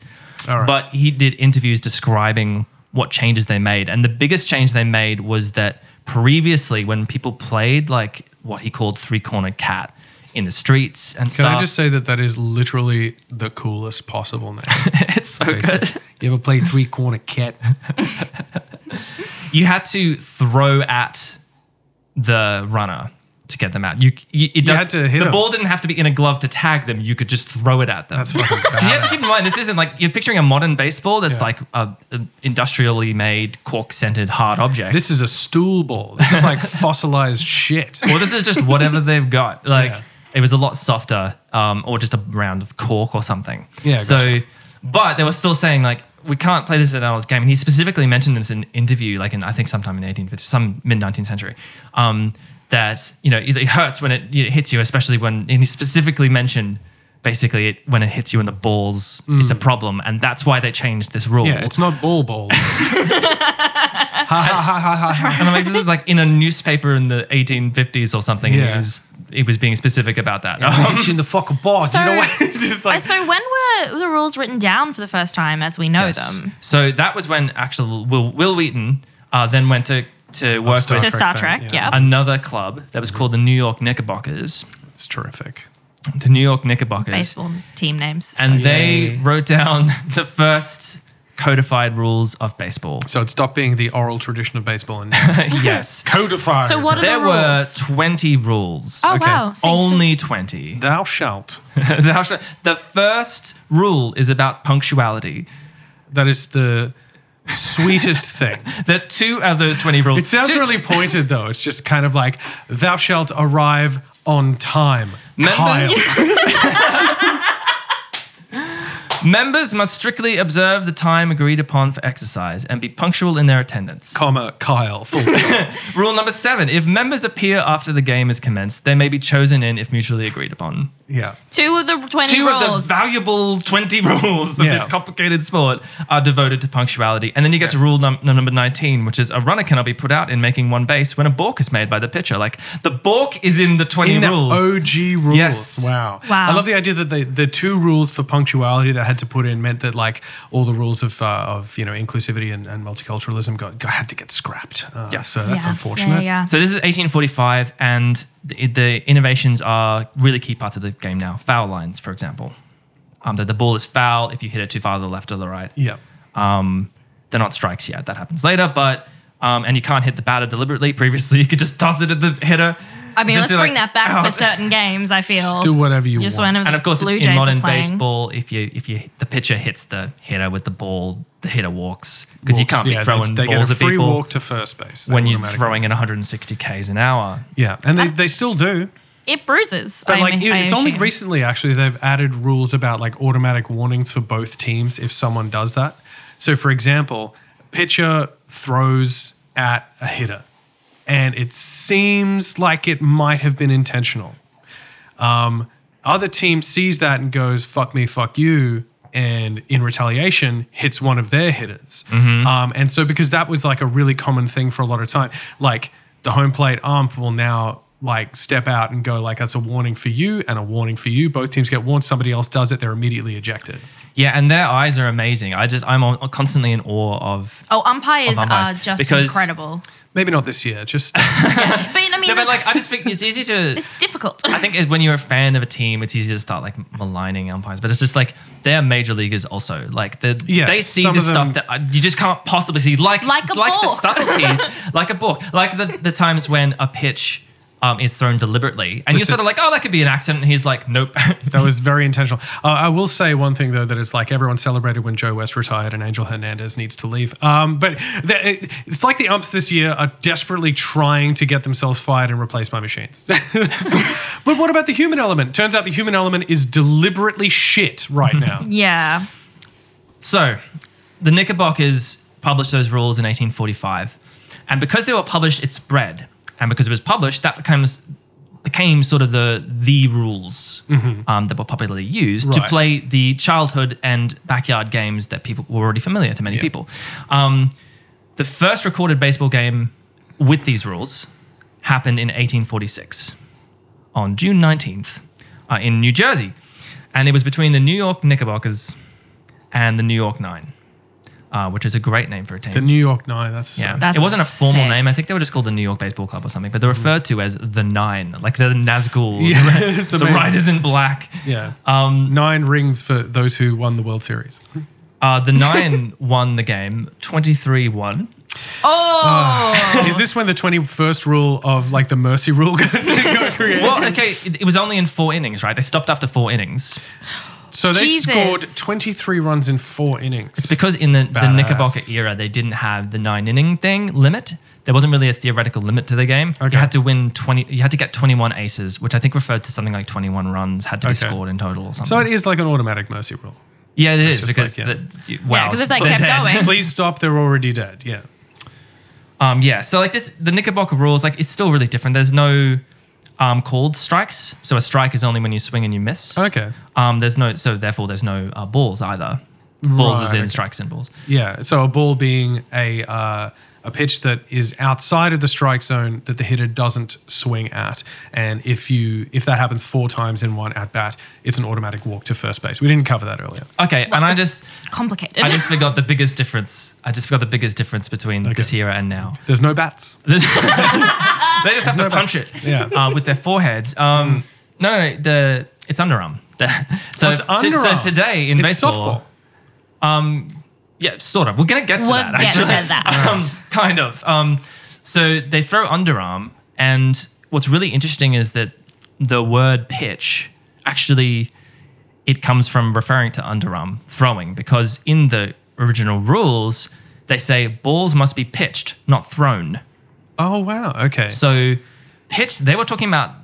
All right.
but he did interviews describing what changes they made. And the biggest change they made was that previously, when people played like what he called three cornered cat in the streets and
Can
stuff,
I just say that that is literally the coolest possible name?
[laughs] [laughs] it's so good.
You ever play Three Corner Cat?
You had to throw at the runner. To get them out, you, you, it don't-
had to hit
the
'em.
ball didn't have to be in a glove to tag them. You could just throw it at them.
That's
[laughs]
fucking
Because you have
bad.
to keep in mind, this isn't like you're picturing a modern baseball that's
Yeah.
like a, a industrially made cork centered hard object.
This is a stool ball. This is like fossilized shit.
well, this is just whatever they've got. Like
[laughs] Yeah.
it was a lot softer, um, or just a round of cork or something.
Yeah,
So,
gotcha.
but they were still saying like we can't play this as an adult's game. And he specifically mentioned this in an interview, like in I think sometime in the 1850s, some mid 19th century. Um, that you know it it hurts when it, you know, it hits you, especially when and he specifically mentioned. Basically, it, when it hits you in the balls, it's a problem, and that's why they changed this rule.
Mm. Yeah, it's not ball
[laughs]
ball.
[laughs] And I'm like, this is like in a newspaper in the 1850s or something. And
Yeah.
it was, it was being specific about that.
It's in the fucking ball.
Um, So, uh,
you know what? [laughs]
[laughs]
It's just like,
so when were the rules written down for the first time as we know
Yes.
them?
So that was when actual Will, Will Wheaton uh, then went to, to work
Star
with
To
Trek
Star
fan,
Trek,
yeah.
yeah.
another club that was called the New York Knickerbockers.
it's terrific.
The New York Knickerbockers.
Baseball team names.
And
Yay.
they wrote down [laughs] the first codified rules of
[laughs]
baseball.
So it stopped being the oral tradition of baseball and now it's
yes.
codified.
So what are
There
the
were
rules?
20 rules.
Oh
okay.
wow! So- so-
Only 20. [laughs]
thou shalt?
Thou shalt- the first rule is about punctuality.
That is the
[laughs]
sweetest thing.
The two of those 20 rules.
It sounds
two-
really pointed though. It's just kind of like thou shalt arrive on time.
Members-
Kyle.
Members must strictly observe the time agreed upon for exercise and be punctual in their attendance.
comma Kyle.
[laughs]
Full stop.
Rule number seven if members appear after the game is commenced, they may be chosen in if mutually agreed upon.
Yeah.
two of the twenty
Two
rules.
of the valuable 20 [laughs] rules of
Yeah.
this complicated sport are devoted to punctuality. And then you get to rule num- number 19, which is a runner cannot be put out in making one base when a balk is made by the pitcher. Like the balk is in the 20
In the
rules.
OG rules.
Yes.
Wow.
Wow.
I love the idea that the, the two rules for punctuality that I had to put in meant that like all the rules of uh, of you know inclusivity and, and multiculturalism got, got had to get scrapped. Uh,
Yeah.
So that's
Yeah,
unfortunate.
Yeah, yeah.
So this is 1845, and the, the innovations are really key parts of the game now. Foul lines, for example, um, that the ball is foul if you hit it too far to the left or the right.
Yeah.
Um, they're not strikes yet; that happens later. But um, and you can't hit the batter deliberately. Previously, [laughs] you could just toss it at the hitter.
I mean,
Just
let's
do
bring
like, "Oh,
that back
"Ow."
for certain games. I feel
Just do whatever you
Just
want.
whenever
And of course,
the Blue Jays
in
are
modern
playing.
baseball, if you if you the pitcher hits the hitter with the ball, the hitter walks because you
Walks-
can't
yeah,
be throwing
they, they
balls
get a
at
free
people
walk to first base They
when you're
automatically-
throwing at 160 k's an hour.
Yeah, and they, they still do.
it bruises.
But
I
like,
mean,
it-
I
it's only
assume.
recently actually they've added rules about like automatic warnings for both teams if someone does that. So, for example, pitcher throws at a hitter, and it seems like it might have been intentional. Um, other team sees that and goes, "Fuck me, fuck you." And in retaliation, hits one of their hitters. Um, and so, because that was like a really common thing for a lot of time, like the home plate ump will now like step out and go, like that's a warning for you and a warning for you. Both teams get warned. Somebody else does it, they're immediately ejected.
Yeah, and their eyes are amazing. I just I'm on- constantly in awe of.
Oh, umpires,
Of umpires.
are just
Because-
incredible.
Maybe not this year, just
But I mean,
No, but
like,
like I just think it's easy to.
[laughs] it's difficult.
I think it- when you're a fan of a team, it's easy to start like maligning umpires, but it's just like they're major leaguers also. Like they
Yeah,
they see
some
the
of them-
stuff that uh, you just can't possibly see. Like
Like a
the
book. [laughs]
subtleties, like a book, like the the times when a pitch um, is thrown deliberately, and you're
Listen-
sort of like, oh, that could be an accident. And he's like, nope. [laughs]
That was very intentional. Uh, I will say one thing though that it's like everyone celebrated when Joe West retired and Angel Hernandez needs to leave. Um, but the, it, it's like the umps this year are desperately trying to get themselves fired and replaced by machines. [laughs] but what about the human element? Turns out the human element is deliberately shit right now.
[laughs]
Yeah.
So, the Knickerbockers published those rules in 1845, and because they were published, it spread, and because it was published, that becomes became sort of the the rules um, that were popularly used
Mm-hmm.
to
Right.
play the childhood and backyard games that people were already familiar to many
Yeah.
people. Um, the first recorded baseball game with these rules happened in 1846 on June 19th uh, in New Jersey. And it was between the New York Knickerbockers and the New York Nine, uh, which is a great name for a team.
The New York Nine. That's
yeah,
That's
it wasn't a formal
sick.
name. I think they were just called the New York Baseball Club or something, but they're referred to as the Nine, like the
[laughs]
Nazgul,
Yeah, it's
[laughs]
[laughs]
the
amazing.
Riders in Black.
Yeah.
Um,
Nine rings for those who won the World Series.
uh,
[laughs]
the Nine won the game 23 1.
Oh.
Is this when the 21st rule of like the mercy rule [laughs] got got created?
Well, okay, it, it was only in four innings, right? They stopped after four innings.
So they
Jesus.
scored 23 runs in four innings.
It's because in the, the
badass.
Knickerbocker era, they didn't have the nine inning thing limit. There wasn't really a theoretical limit to the game.
Okay.
You had to win twenty. You had to get twenty one aces, which I think referred to something like twenty one runs had to be
Okay.
scored in total or something.
so it is like an automatic mercy rule.
yeah, it is
just
because
like, yeah.
the, wow,
Yeah, 'cause if they
they're
kept
dead.
going.
Please stop. They're already dead. Yeah.
Um, yeah, so like this, the Knickerbocker rules, like it's still really different. There's no um, called strikes, so a strike is only when you swing and you miss.
Okay.
Um, there's no, so therefore there's no uh, balls either. Balls is
Right,
in
okay.
strikes and balls.
Yeah. So a ball being a uh, a pitch that is outside of the strike zone that the hitter doesn't swing at, and if you if that happens four times in one at bat, it's an automatic walk to first base. We didn't cover that earlier.
Okay, and I just,
Complicated.
I just forgot the biggest difference. I just forgot the biggest difference between this
Okay.
era and now. [laughs]
There's no bats.
they just have to punch it
Yeah. [laughs]
uh, with their foreheads. Um, no, no, no, the it's underarm. The- so,
Oh, it's
t- so
underarm.
today in
it's
baseball,
softball.
yeah, sort of. We're gonna get to
We'll
that.
get
actually.
to that.
[laughs] Um, kind of. Um, so they throw underarm, and what's really interesting is that the word pitch actually it comes from referring to underarm throwing because in the original rules they say balls must be pitched, not thrown.
Oh wow. Okay.
So pitched, they were talking about.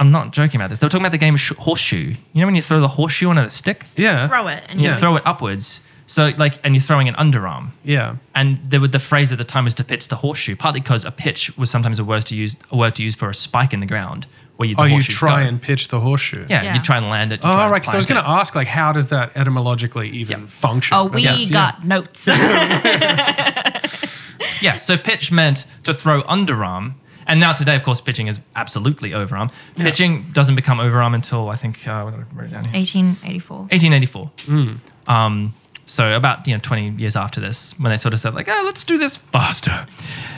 I'm not joking about this. They were talking about the game sh- horseshoe. You know when you throw the horseshoe onto the stick,
yeah.
throw it and
you
yeah.
throw it upwards. So like, and you're throwing an underarm.
Yeah.
And there were the phrase at the time was to pitch the horseshoe, partly because a pitch was sometimes a word to use a word to use for a spike in the ground where you the
Oh, you
horseshoes
try
go.
and pitch the horseshoe.
yeah,
Yeah.
you try and land it. you
Oh,
try and
right. Because I was going
plant
to ask, like, how does that etymologically even
Yeah.
function?
Oh, we
I guess, yeah.
got notes. [laughs]
it. Yeah, so pitch meant to throw underarm. And now today, of course, pitching is absolutely overarm. Pitching doesn't become overarm until I think uh, what did I write down here?
1884.
1884.
Hmm.
Um, so about you know 20 years after this, when they sort of said like, oh, let's do this faster.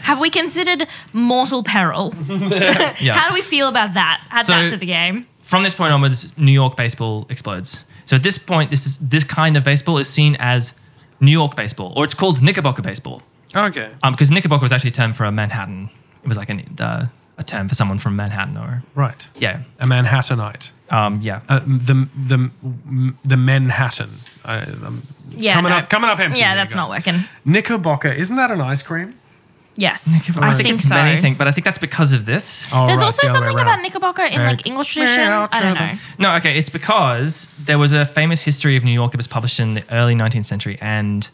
Have we considered mortal peril?
Yeah.
How do we feel about that? Add
So-
that to the game.
From this point onwards, New York baseball explodes. So at this point, this is this kind of baseball is seen as New York baseball, or it's called Knickerbocker baseball,
Oh, Okay. Uh,
um, because Knickerbocker was actually a term for a Manhattan. It was like an, uh, a term for someone from Manhattan, or
Right.
yeah,
A Manhattanite.
um, yeah.
Uh, the the the Manhattan. I, um,
Yeah,
coming
no.
up, coming up empty.
Yeah,
here,
that's not
guys.
working.
Knickerbocker, isn't that an ice cream?
Yes, I,
I
think,
it's
so.
many thing- but I think that's because of this.
Oh,
There's
right,
also
the other way
something
around.
about Knickerbocker in like English
Back
tradition. I don't
to
know.
No, okay, it's because there was a famous history of New York that was published in the early 19th century, and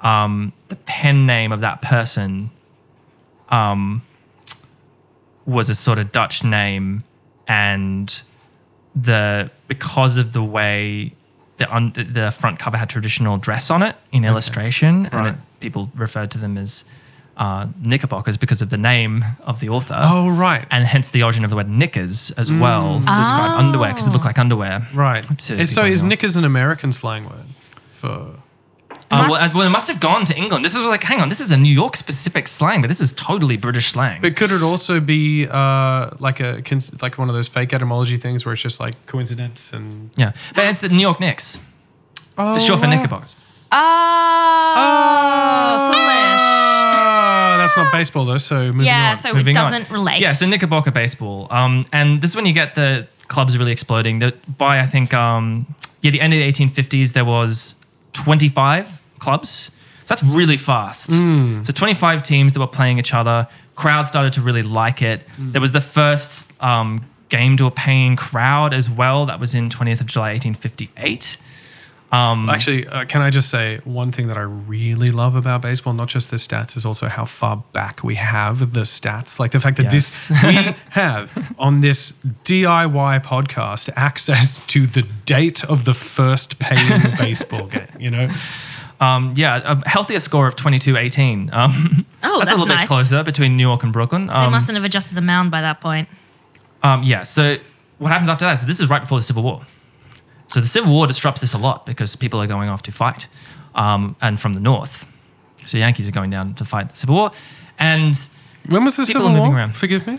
um, the pen name of that person um, was a sort of Dutch name, and the because of the way the un, the front cover had traditional dress on it in illustration, and
Right.
it, people referred to them as uh, knickerbockers because of the name of the author
Oh, right.
and hence the origin of the word knickers as well to describe underwear because it looked like underwear.
right.
to
And so
people
is
who-
knickers an American slang word for.
Uh,
Must-
well, uh, well, it must have gone to England. This is like, hang on, this is a New York specific slang, but this is totally British slang.
But could it also be uh, like a cons- like one of those fake etymology things where it's just like coincidence and
yeah, but it's the New York Knicks.
oh,
The short for
right.
Uh,
knickerbockers.
Oh, foolish.
Oh, that's that's not baseball though. So moving
Yeah, [laughs]
on.
so it
Moving on.
doesn't relate.
Yeah, so Knickerbocker baseball. Um, and this is when you get the clubs really exploding. That by I think um, yeah, the end of the 1850s there was 25 clubs. So that's really fast. So 25 teams that were playing each other. Crowd started to really like it. There was the first um, game to a paying crowd as well. That was in 20th of July 1858.
Actually, uh, can I just say one thing that I really love about baseball, not just the stats, is also how far back we have the stats. Like the fact that this
[laughs]
we have on this DIY podcast access to the date of the first
[laughs]
paying baseball game. You know,
Um, yeah, a healthier score of 22-18. Um,
Oh,
[laughs] that's,
that's
a little
nice.
bit closer between New York and Brooklyn.
They
Um,
mustn't have adjusted the mound by that point.
Um, yeah. So what happens after that? So this is right before the Civil War. So the Civil War disrupts this a lot because people are going off to fight, um, and from the North. So Yankees are going down to fight the Civil War, and
when was the
People are
Civil
moving
War?
around.
Forgive me.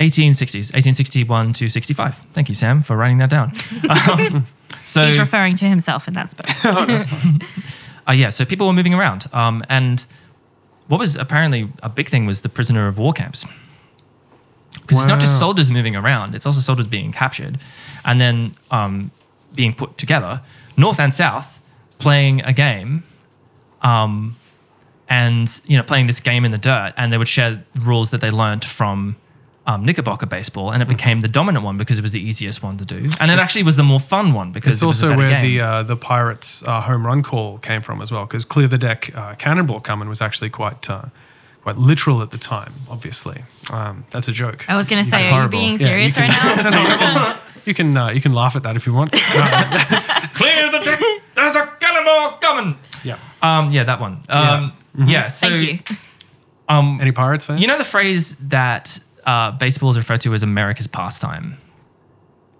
1860s, 1861 to 65. Thank you, Sam, for writing that down. [laughs] um, so
He's referring to himself in that book.
uh, yeah, so people were moving around, um, and what was apparently a big thing was the prisoner of war camps, because it's not just
Wow.
soldiers moving around; it's also soldiers being captured, and then um, being put together, north and south, playing a game, um, and you know playing this game in the dirt, and they would share rules that they learned from. Um, Knickerbocker baseball, and it
Hmm.
became the dominant one because it was the easiest one to do, and it actually was the more fun one because
It's
it was a
also
better
where
game.
the uh, the Pirates' uh, home run call came from as well, because clear the deck uh, cannonball coming was actually quite uh, quite literal at the time. Obviously, um, that's a joke.
I was going to say, are you
horrible.
being
Yeah, you
serious
can-
right now?
That's horrible. [laughs] You can uh, you can laugh at that if you
[laughs]
want. Uh,
Clear the deck. There's a cannonball coming.
yeah.
Um, yeah, that one. Um, yeah.
Mm-hmm.
so,
Thank you.
Um,
Any Pirates fans?
you know the phrase that uh, baseball is referred to as America's pastime.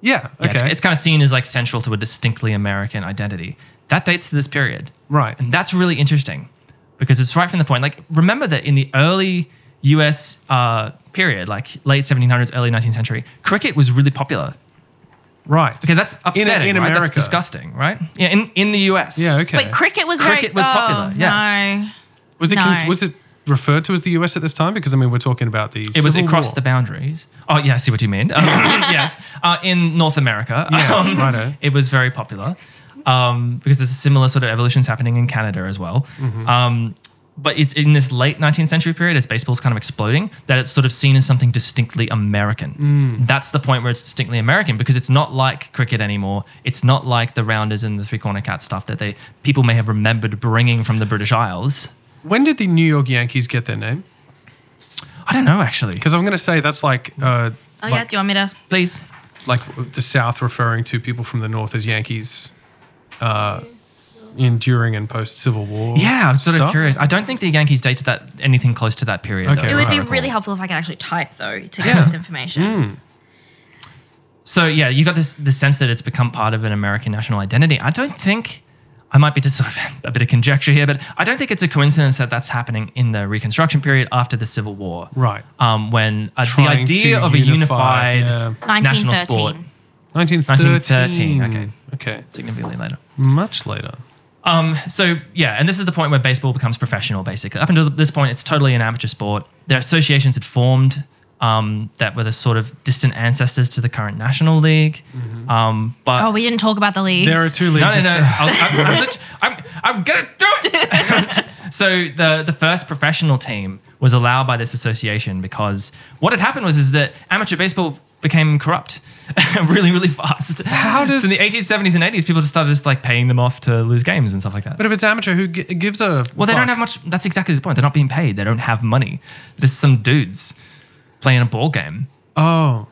yeah.
Yeah,
Okay.
it's, it's kind of seen as like central to a distinctly American identity. That dates to this period,
right.
and that's really interesting because it's right from the point. Like, remember that in the early U.S. Uh, period, like late 1700s, early 19th century, cricket was really popular.
Right.
Okay, that's upsetting.
in
right?
America.
That's disgusting, right? Yeah, in, in the U.S.
Yeah. Okay.
Wait, cricket was very,
Cricket was
oh,
popular, yes.
No.
was it cons-
no.
was it referred to as the US at this time? Because I mean, we're talking about the
It was
Civil
it crossed
War.
the boundaries. Oh yeah, I see what you mean. [laughs] Um, yes, uh, in North America,
Yes,
[laughs] um,
righto.
it was very popular um, because there's a similar sort of evolutions happening in Canada as well.
Mm-hmm.
Um, but it's in this late 19th century period as baseball's kind of exploding that it's sort of seen as something distinctly American.
Mm.
That's the point where it's distinctly American because it's not like cricket anymore. It's not like the rounders and the three corner cat stuff that they people may have remembered bringing from the British Isles.
When did the New York Yankees get their name?
I don't know actually.
Because I'm going to say that's like uh,
Oh, yeah.
like,
Do you want me to?
Please.
like the South referring to people from the North as Yankees. Uh, Enduring and post Civil War.
Yeah, I'm sort
stuff.
of curious. I don't think the Yankees dated that anything close to that period.
Okay,
though,
It
if
would
I
be
recall.
really helpful if I could actually type, though, to get this information.
Mm.
So yeah, you got this this sense that it's become part of an American national identity. I don't think I might be just sort of [laughs] a bit of conjecture here, but I don't think it's a coincidence that that's happening in the Reconstruction period after the Civil War,
Right.
um, when uh, the
Trying
idea
to
of a
unify,
unified
yeah.
national sport
1913.
1913.
1913, okay.
Okay.
significantly later.
Much later.
Um, so yeah, and this is the point where baseball becomes professional. Basically, up until this point, it's totally an amateur sport. Their associations had formed um, that were the sort of distant ancestors to the current national league. Um, but
Oh, we didn't talk about the leagues.
There are two
no,
leagues.
no, no,
in-
I'll- I'm, I'm, lit- I'm, I'm gonna do it. [laughs] so the the first professional team was allowed by this association because what had happened was is that amateur baseball became corrupt [laughs] really really fast how
does-
so in the 1870s and 80s people just started just like paying them off to lose games and stuff like that
But if it's amateur, who g- gives a?
well, they don't have much. That's exactly the point. They're not being paid. They don't have money. There's some dudes playing a ball game,
Oh,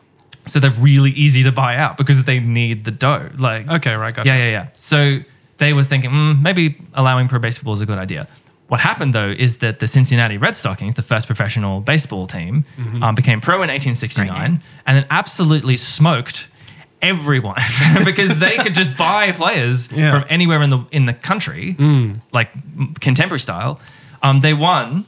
so they're really easy to buy out because they need the dough. Like,
okay, right, gotcha.
yeah, yeah, yeah. So they was thinking mm, maybe allowing pro baseball is a good idea. What happened though is that the Cincinnati Red Stockings, the first professional baseball team,
Mm-hmm.
um, became pro in 1869 and then absolutely smoked everyone [laughs] because they could just buy
[laughs]
players
Yeah. Mm.
from anywhere in the in the country, like m- contemporary style. Um, they won.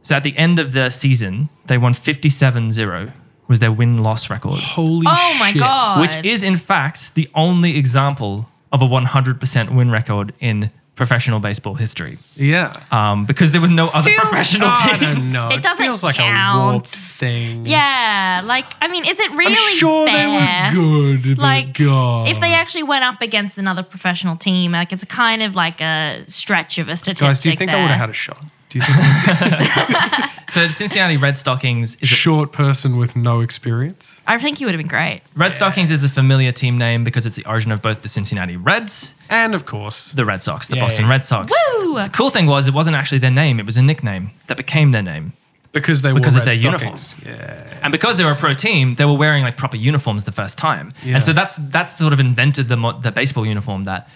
So at the end of the season, they won 57-0 was their win-loss record
Holy
Oh my
shit.
God.
which is in fact the only example of a 100% win record in professional baseball history
Yeah.
um, because there was no other
Feels-
professional
I don't
teams.
know.
It doesn't
feels like a
count.
warped thing.
Yeah, like I mean, is it really
I'm sure
fair?
they were good. but
like
God.
if they actually went up against another professional team, like it's a kind of like a stretch of a statistic.
guys, do you think I would have had a shot? Do you think I'm
So Cincinnati Red Stockings
a
is a,
short person with no experience?
I think you would have been great.
Red Stockings is a familiar team name because it's the origin of both the Cincinnati Reds,
And of course,
the Red Sox, the
Yeah,
Boston
yeah.
Red Sox.
Woo!
The cool thing was it wasn't actually their name; it was a nickname that became their name.
because they
Because
wore
of
red
their
stockings. Yeah.
And because they were a pro team, they were wearing like proper uniforms the first time.
Yeah.
And so that's that's sort of invented the mo- the baseball uniform that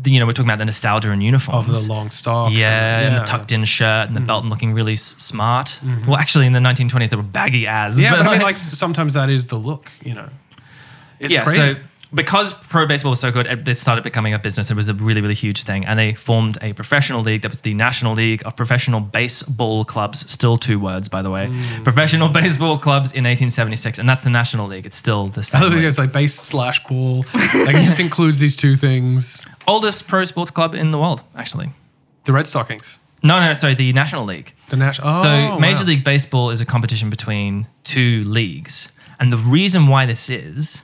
the, you know we're talking about the nostalgia in uniforms
Of the long stocks.
Yeah, and
yeah. Mm. Mm-hmm.
the tucked in shirt and the belt and looking really s- smart. Well, actually, in the 1920s, they were baggy as.
Yeah,
[laughs]
but I mean, like sometimes that is the look, you know. It's
yeah,
crazy.
so because pro baseball was so good, it- they started becoming a business. It was a really, really huge thing. And they formed a professional league that was the National League of Professional Baseball Clubs, still two words, by the way.
Mm.
Professional Baseball Clubs in 1876. And that's the National League. It's still the
I [laughs]
same.
don't think
league.
it's like base slash ball. Like it just includes these two things.
Oldest pro sports club in the world, actually.
The Red Stockings.
No, no, sorry, the National League.
The national. Oh,
so Major
wow.
League Baseball is a competition between two leagues. And the reason why this is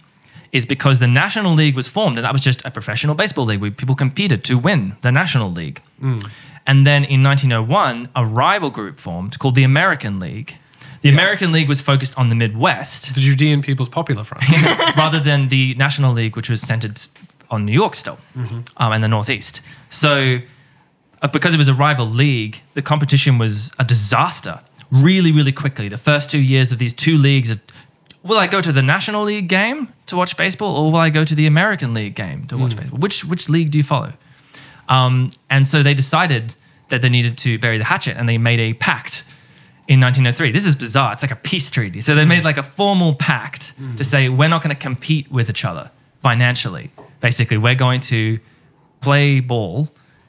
is because the National League was formed and that was just a professional baseball league where people competed to win the National League.
Hmm.
And then in 1901, a rival group formed called the American League. The American League was focused on the Midwest
The Judean People's Popular Front.
[laughs] rather than the National League, which was centered on New York still um, and the Northeast. So, uh, because it was a rival league, the competition was a disaster really, really quickly. The first two years of these two leagues of will I go to the National League game to watch baseball or will I go to the American League game to watch baseball? Which, which league do you follow? Um, and so they decided that they needed to bury the hatchet and they made a pact in 1903. This is bizarre. It's like a peace treaty. So they made like a formal pact to say, we're not going to compete with each other financially. Basically, we're going to play ball.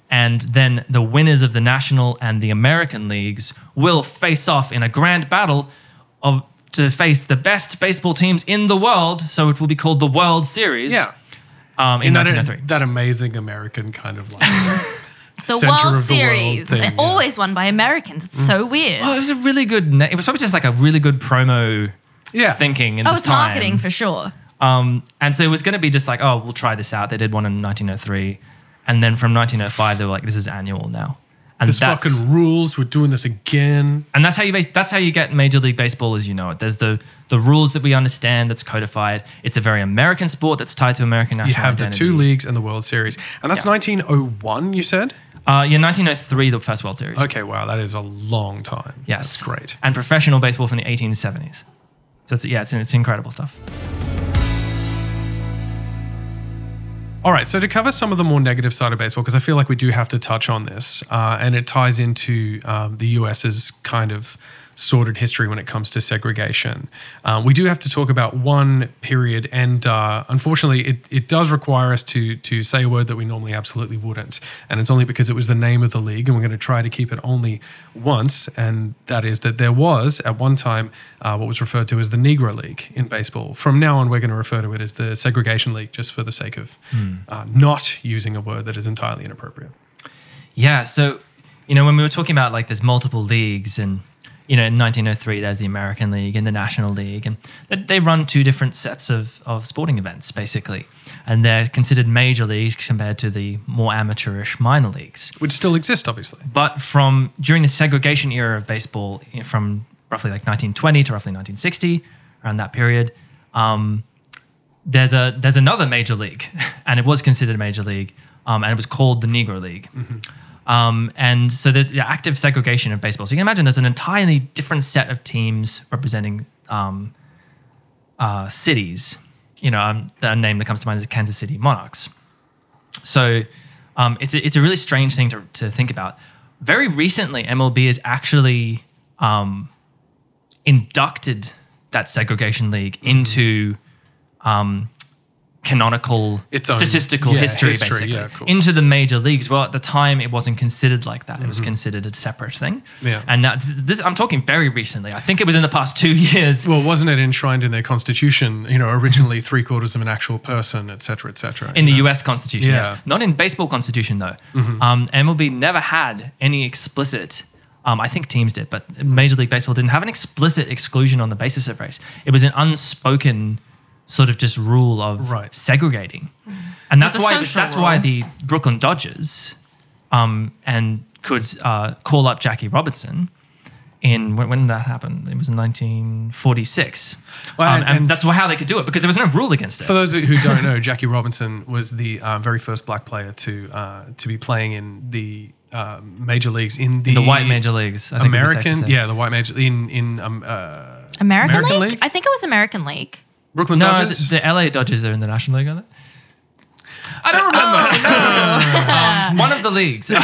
And then the winners of the National and the American leagues will face off in a grand battle of to face the best baseball teams in the world. So it will be called the World Series
yeah. oh
um, in
And that-
1903.
That, amazing American kind of like
The
center
World
of the
Series,
world
they're
thing. yeah. Mm.
always won by Americans. It's so weird.
Oh, it was a really good. Na- it was probably just like a really good promo
yeah.
thinking in
oh,
this
it's
time.
marketing for sure.
um, and so it was going to be just like, oh, we'll try this out. They did one in 1903, and then from 1905, they were like, this is annual now. And
This
that's
fucking rules. We're doing this again.
and that's how you base, that's how you get Major League Baseball as you know it. There's the the rules that we understand that's codified. It's a very American sport that's tied to American national
You have the
identity.
two leagues and the World Series, and that's
Yeah.
1901. You said.
Uh, yeah, 1903, the first World Series.
Okay. Wow, that is a long time.
Yes.
That's great.
And professional baseball from the 1870s. So it's, yeah, it's, it's incredible stuff.
All right, so to cover some of the more negative side of baseball, because I feel like we do have to touch on this, uh, and it ties into um, the US's kind of sordid history when it comes to segregation. Um, we do have to talk about one period, and uh, unfortunately, it, it does require us to to say a word that we normally absolutely wouldn't, and it's only because it was the name of the league, and we're going to try to keep it only once, and that is that there was at one time uh, what was referred to as the Negro League in baseball. From now on, we're going to refer to it as the Segregation League, just for the sake of uh, not using a word that is entirely inappropriate.
Yeah. So, you know, when we were talking about like there's multiple leagues and, you know, in 1903, there's the American League and the National League, and they, they run two different sets of, of sporting events, basically. And they're considered major leagues compared to the more amateurish minor leagues.
Which still exist, obviously.
But from during the segregation era of baseball, you know, from roughly like 1920 to roughly 1960, around that period, um, there's a there's another major league, [laughs] and it was considered a major league, um, and it was called the Negro League. Um, and so there's the active segregation of baseball. So you can imagine there's an entirely different set of teams representing um, uh, cities. You know, um, the name that comes to mind is Kansas City Monarchs. So um, it's, a, it's a really strange thing to, to think about. Very recently, MLB has actually um,
Mm-hmm.
inducted that segregation league into um, canonical
Its own-
statistical
yeah,
history,
history,
basically
yeah, of course.
into the major leagues. Well, at the time, it wasn't considered like that. It was considered a separate thing.
Yeah.
And now, this I'm talking very recently. I think it was in the past two [laughs] years.
Well, wasn't it enshrined in their constitution? You know, originally three quarters of an actual person, et cetera, et cetera.
in the U.S. Constitution.
Yeah. Mm-hmm.
Yes. Not in baseball Constitution though. Um, MLB never had any explicit. Um, I think teams did, but Major League Baseball didn't have an explicit exclusion on the basis of race. It was an unspoken sort of just rule of
Right. Mm-hmm.
segregating, and that's
It's a
why
social
that's why
rule.
the Brooklyn Dodgers um, and could uh, call up Jackie Robinson. In when, when did that happen? It was in 1946.
Well,
Um,
and-
and,
and-
that's how they could do it because there was no rule against it.
For those who don't know, Jackie Robinson was the uh, very first black player to uh, to be playing in the uh, major leagues in the,
the white major leagues. I think it'd be safe to
American,
say.
yeah, the white major in in um, uh,
American,
American
League?
League?
I think it was American League.
Brooklyn
No,
Dodgers.
th- the LA Dodgers are in the National League, aren't they?
I don't remember. [laughs]
Um, one of the [laughs] leagues. Um,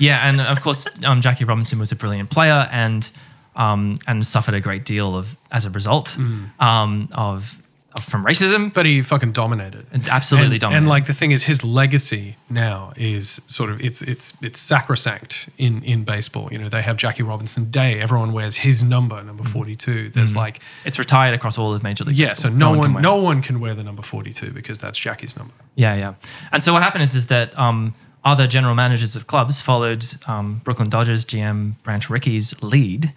yeah, and of course, um, Jackie Robinson was a brilliant player and um, and suffered a great deal of as a result
Hmm.
um, of, of from racism.
But he fucking dominated.
And absolutely
and,
dominated.
And like the thing is, his legacy now is sort of it's it's it's sacrosanct in in baseball. You know, they have Jackie Robinson Day. Everyone wears his number, number
Mm-hmm.
forty two. There's like
It's retired across all of Major League.
yeah,
Baseball.
so no,
can
one,
wear it.
no one can wear the number forty two because that's Jackie's number.
Yeah, yeah. And so what happened is, is that um, other general managers of clubs followed um, Brooklyn Dodgers GM Branch Rickey's lead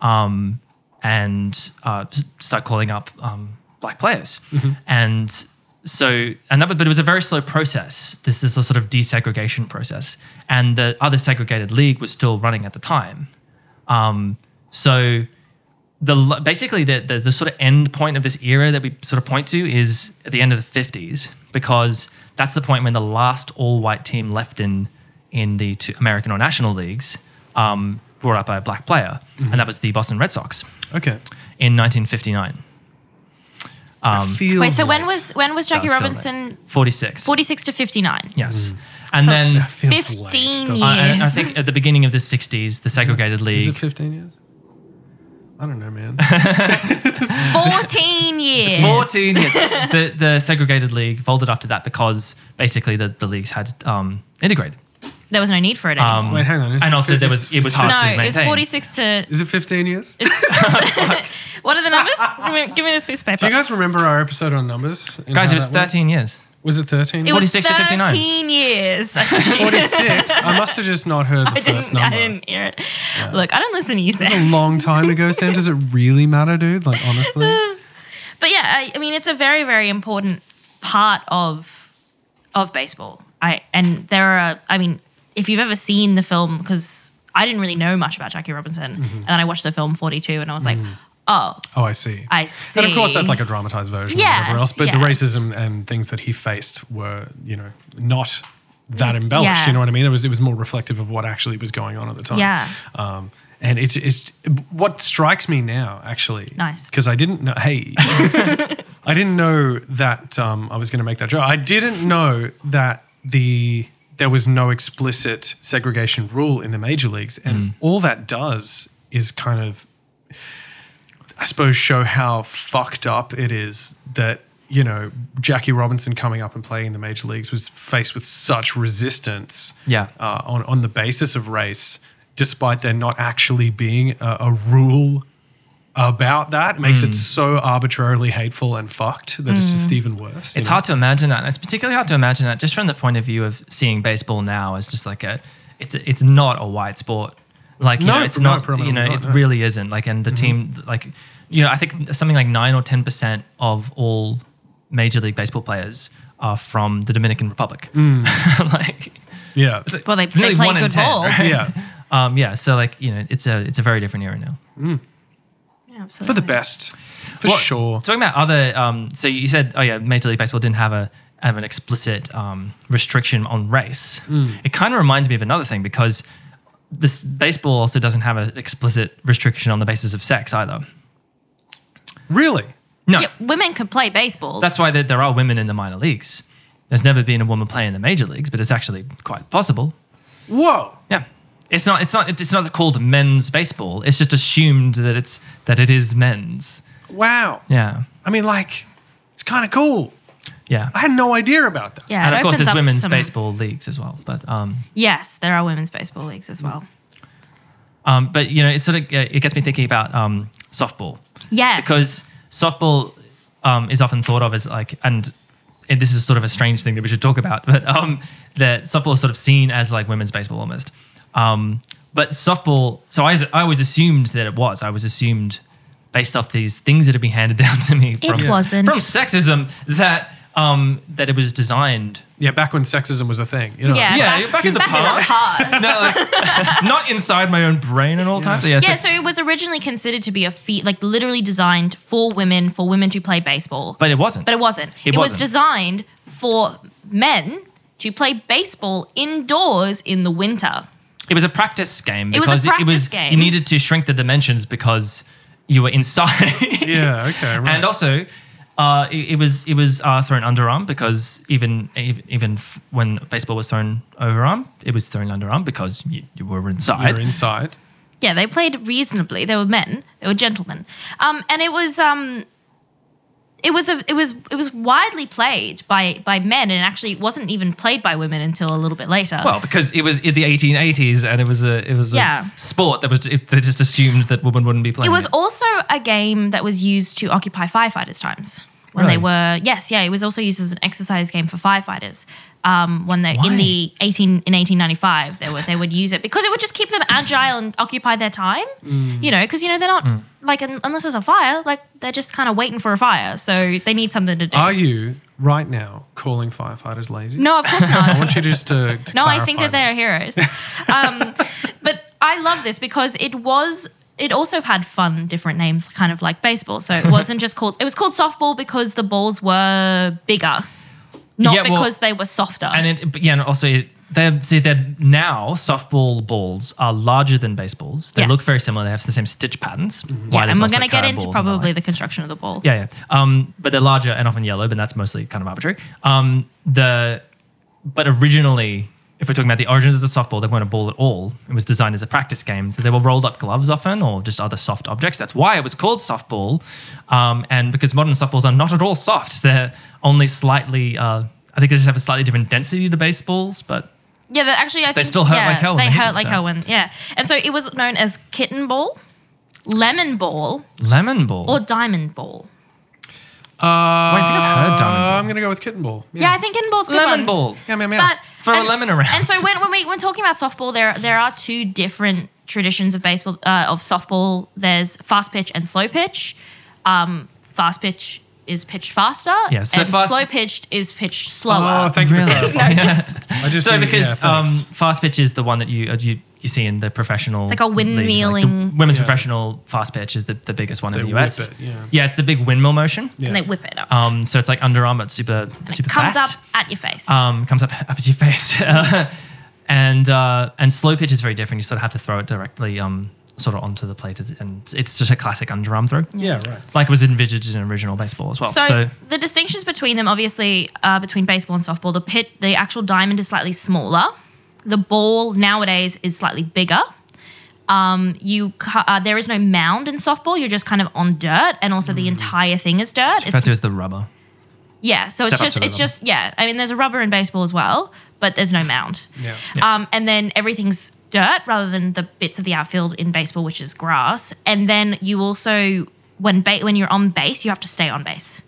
um, and uh, s- start calling up um, black players. And so, and that, but it was a very slow process. This is a sort of desegregation process. And the other segregated league was still running at the time. Um, so the l- basically the, the the sort of end point of this era that we sort of point to is at the end of the 50s because that's the point when the last all-white team left in in the two American or national leagues um, brought up by a black player and that was the Boston Red Sox
Okay.
in 1959 um,
Wait, so when was when was Jackie
Does feel late.
Robinson
46
forty six to fifty nine?
Hmm.
yes and then
That feels late,
15
doesn't it?
years.
I, I- I think at the beginning of the 60s the segregated
Is it
league
15 years? I don't know, man.
Fourteen years. [laughs]
14 years. the, the segregated league folded after that because basically the, the leagues had um, integrated.
There was no need for it anymore.
Um,
Wait, hang on. Is
and
it
also
fif-
there was it was hard to
no,
maintain.
it's forty six to.
Is it 15 years?
What are the numbers? give, me, give me this piece of
Do you
paper.
guys remember our episode on numbers? and
Guys,
how
it was
that went?
13 years.
Was it 13?
It was
46 to 59.
thirteen years.
46. I must have just not heard the
[laughs] I
first
didn't. I
number.
didn't hear it. Look, I don't listen to you,
It's
Sam.
a long time ago, Sam. Does it really matter, dude? Like, honestly?
But yeah, I, I mean, it's a very, very important part of of baseball. I and there are. I mean, if you've ever seen the film, because I didn't really know much about Jackie Robinson, and then I watched the film Forty Two, and I was like, oh,
Oh, I see.
I see.
And of course, that's like a dramatized version
Yes,
of whatever else. But the
yes.
racism and things that he faced were, you know, not that embellished.
Yeah.
You know what I mean? It was it was more reflective of what actually was going on at the time.
Yeah.
Um, and it's it's what strikes me now actually.
Nice.
Because I didn't know.
[laughs]
Hey, I didn't know that um, I was going to make that joke. I didn't know that the there was no explicit segregation rule in the major leagues, and all that does is kind of I suppose show how fucked up it is that you know Jackie Robinson coming up and playing in the major leagues was faced with such resistance
Yeah.
uh, on on the basis of race despite there not actually being a, a rule about that It
Mm.
makes it so arbitrarily hateful and fucked that it's just even worse you
It's
know?
hard to imagine that. And it's particularly hard to imagine that just from the point of view of seeing baseball now as just like a it's a, it's not a white sport. Like you
No,
know, it's
no,
not you
predominantly
know,
not,
it
no. Mm-hmm.
really isn't. Like and the team like you know, I think something like 9 or 10% of all major league baseball players are from the Dominican Republic.
Mm.
[laughs] like
yeah
well, they, they
nearly
play
one in
good
10,
ball.
right?
[laughs]
[laughs]
yeah
um yeah, so like, you know, it's a it's a very different era now.
Yeah, absolutely.
for the best for
Well,
sure
Talking about other, um, so you said, oh yeah, Major League Baseball didn't have a have an explicit um, restriction on race. It kind of reminds me of another thing because this baseball also doesn't have an explicit restriction on the basis of sex either.
really
No,
Yeah, women could play baseball.
that's why there, there are women in the minor leagues. There's never been a woman playing in the major leagues, but it's actually quite possible.
whoa
Yeah. It's not. It's not. It's not called men's baseball. It's just assumed that it's that it is men's.
wow
Yeah.
I mean, like, It's kind of cool.
Yeah.
I had no idea about that.
Yeah,
and
it
of course,
opens
there's
up
women's
some-
baseball leagues as well. But um,
Yes, there are women's baseball leagues as well.
um, but you know, it sort of uh, it gets me thinking about um, softball
Yes,
because softball um, is often thought of as like, and and this is sort of a strange thing that we should talk about, [laughs] but um, that softball is sort of seen as like women's baseball almost. Um, but softball, so I, I always assumed that it was. I was assumed based off these things that have been handed [laughs] down to me
It
from,
wasn't.
from sexism that um, that it was designed
Yeah, back when sexism was a thing. You know,
yeah,
uh, yeah,
back,
you're back in the
back in the past.
[laughs] no, like, not inside my own brain at all times. Yeah, so-
Yeah, so it was originally considered to be a feat, like literally designed for women, for women to play baseball.
but it wasn't.
But it wasn't.
It
It,
wasn't.
was designed for men to play baseball indoors in the winter.
It was a practice game.
It was a
because
practice game.
You needed to shrink the dimensions because you were inside. [laughs]
[laughs]
Yeah, okay. Right.
and also, uh, it, it was it was uh, thrown underarm because even ev- even f- when baseball was thrown overarm, it was thrown underarm because you, you were inside.
you're inside.
Yeah, they played reasonably. They were men. They were gentlemen. Um, and it was um, it was a, it was it was widely played by by men, and actually it wasn't even played by women until a little bit later.
well, because it was in the 1880s, and it was a it was a
Yeah.
sport that was it, they just assumed that women wouldn't be playing.
It was also a game that was used to occupy firefighters' times when
Really?
they were. Yes, yeah, it was also used as an exercise game for firefighters. Um, when they in the eighteen in eighteen ninety five, they were they would use it because it would just keep them agile and occupy their time. You know, because you know they're not like un- unless there's a fire, like they're just kind of waiting for a fire, so they need something to do.
Are you right now calling firefighters lazy?
no, of course
I
not.
want you
[laughs]
just to. to
No, I think
clarify
that they're heroes. Um, but I love this because it was. It also had fun, different names, kind of like baseball. So it wasn't just called. It was called softball because the balls were bigger, not
Yeah, well,
because they were softer.
And it, but yeah, and also it, they see that now softball balls are larger than baseballs. They
Yes. Mm-hmm.
look very similar. They have the same stitch patterns.
yeah,
Why there's
and we're
also
going to get
carrom
into
balls and the
probably
like.
the construction of the ball.
yeah, yeah. Um, but they're larger and often yellow, but that's mostly kind of arbitrary. Um, the but originally, if we're talking about the origins of the softball, they weren't a ball at all. It was designed as a practice game, so they were rolled up gloves often or just other soft objects. That's why it was called softball, um, and because modern softballs are not at all soft, they're only slightly. Uh, I think they just have a slightly different density to baseballs, but
Yeah, that actually, I think
still hurt
yeah,
like hell when
They
they hit
hurt
you,
like
so.
hell when yeah. And so it was known as kitten ball, lemon ball,
Lemon ball.
or diamond ball.
that. Uh,
Wait, I think I've heard diamond ball.
I'm going to go with kitten ball.
Yeah, I think kitten ball's a good
lemon
one.
ball.
Yeah, meow, meow.
But
Throw a lemon around.
And so when, when we when talking about softball, there there are two different traditions of baseball uh, of softball. There's fast pitch and slow pitch. Um, fast pitch is pitched faster.
Yeah, so
and
fast-
slow pitched is pitched
Oh,
slower.
thank you for clarifying.
Yeah. [laughs]
I just
so
knew- yeah,
because um,
thanks.
fast pitch is the one that you uh, you you see in the professional. It's
like a windmilling-
women's
Yeah.
professional fast pitch is the, the biggest one in
They
the US.
whip it, yeah.
it's the big windmill motion.
Yeah.
And they whip it up.
Um, so it's like underarm but super super
Comes
fast.
up at your face.
Um, comes up [laughs] up at your face. and uh, and slow pitch is very different. You sort of have to throw it directly um, sort of onto the plate, and it's just a classic underarm throw.
yeah, right.
Like it was envisaged in original baseball as well.
Mm. so,
so
the distinctions between them, obviously, uh, between baseball and softball, the pit, the actual diamond is slightly smaller. The ball nowadays is slightly bigger. Um, you ca- uh, there is no mound in softball. You're just kind of on dirt, and also the entire thing is dirt.
referred
It's,
to as the rubber.
yeah, so it's
Step up
just
to the
it's
rubber.
just yeah. I mean, there's a rubber in baseball as well, but there's no mound.
Yeah.
Um, and then everything's dirt rather than the bits of the outfield in baseball, which is grass. And then you also when ba- when you're on base, you have to stay on base.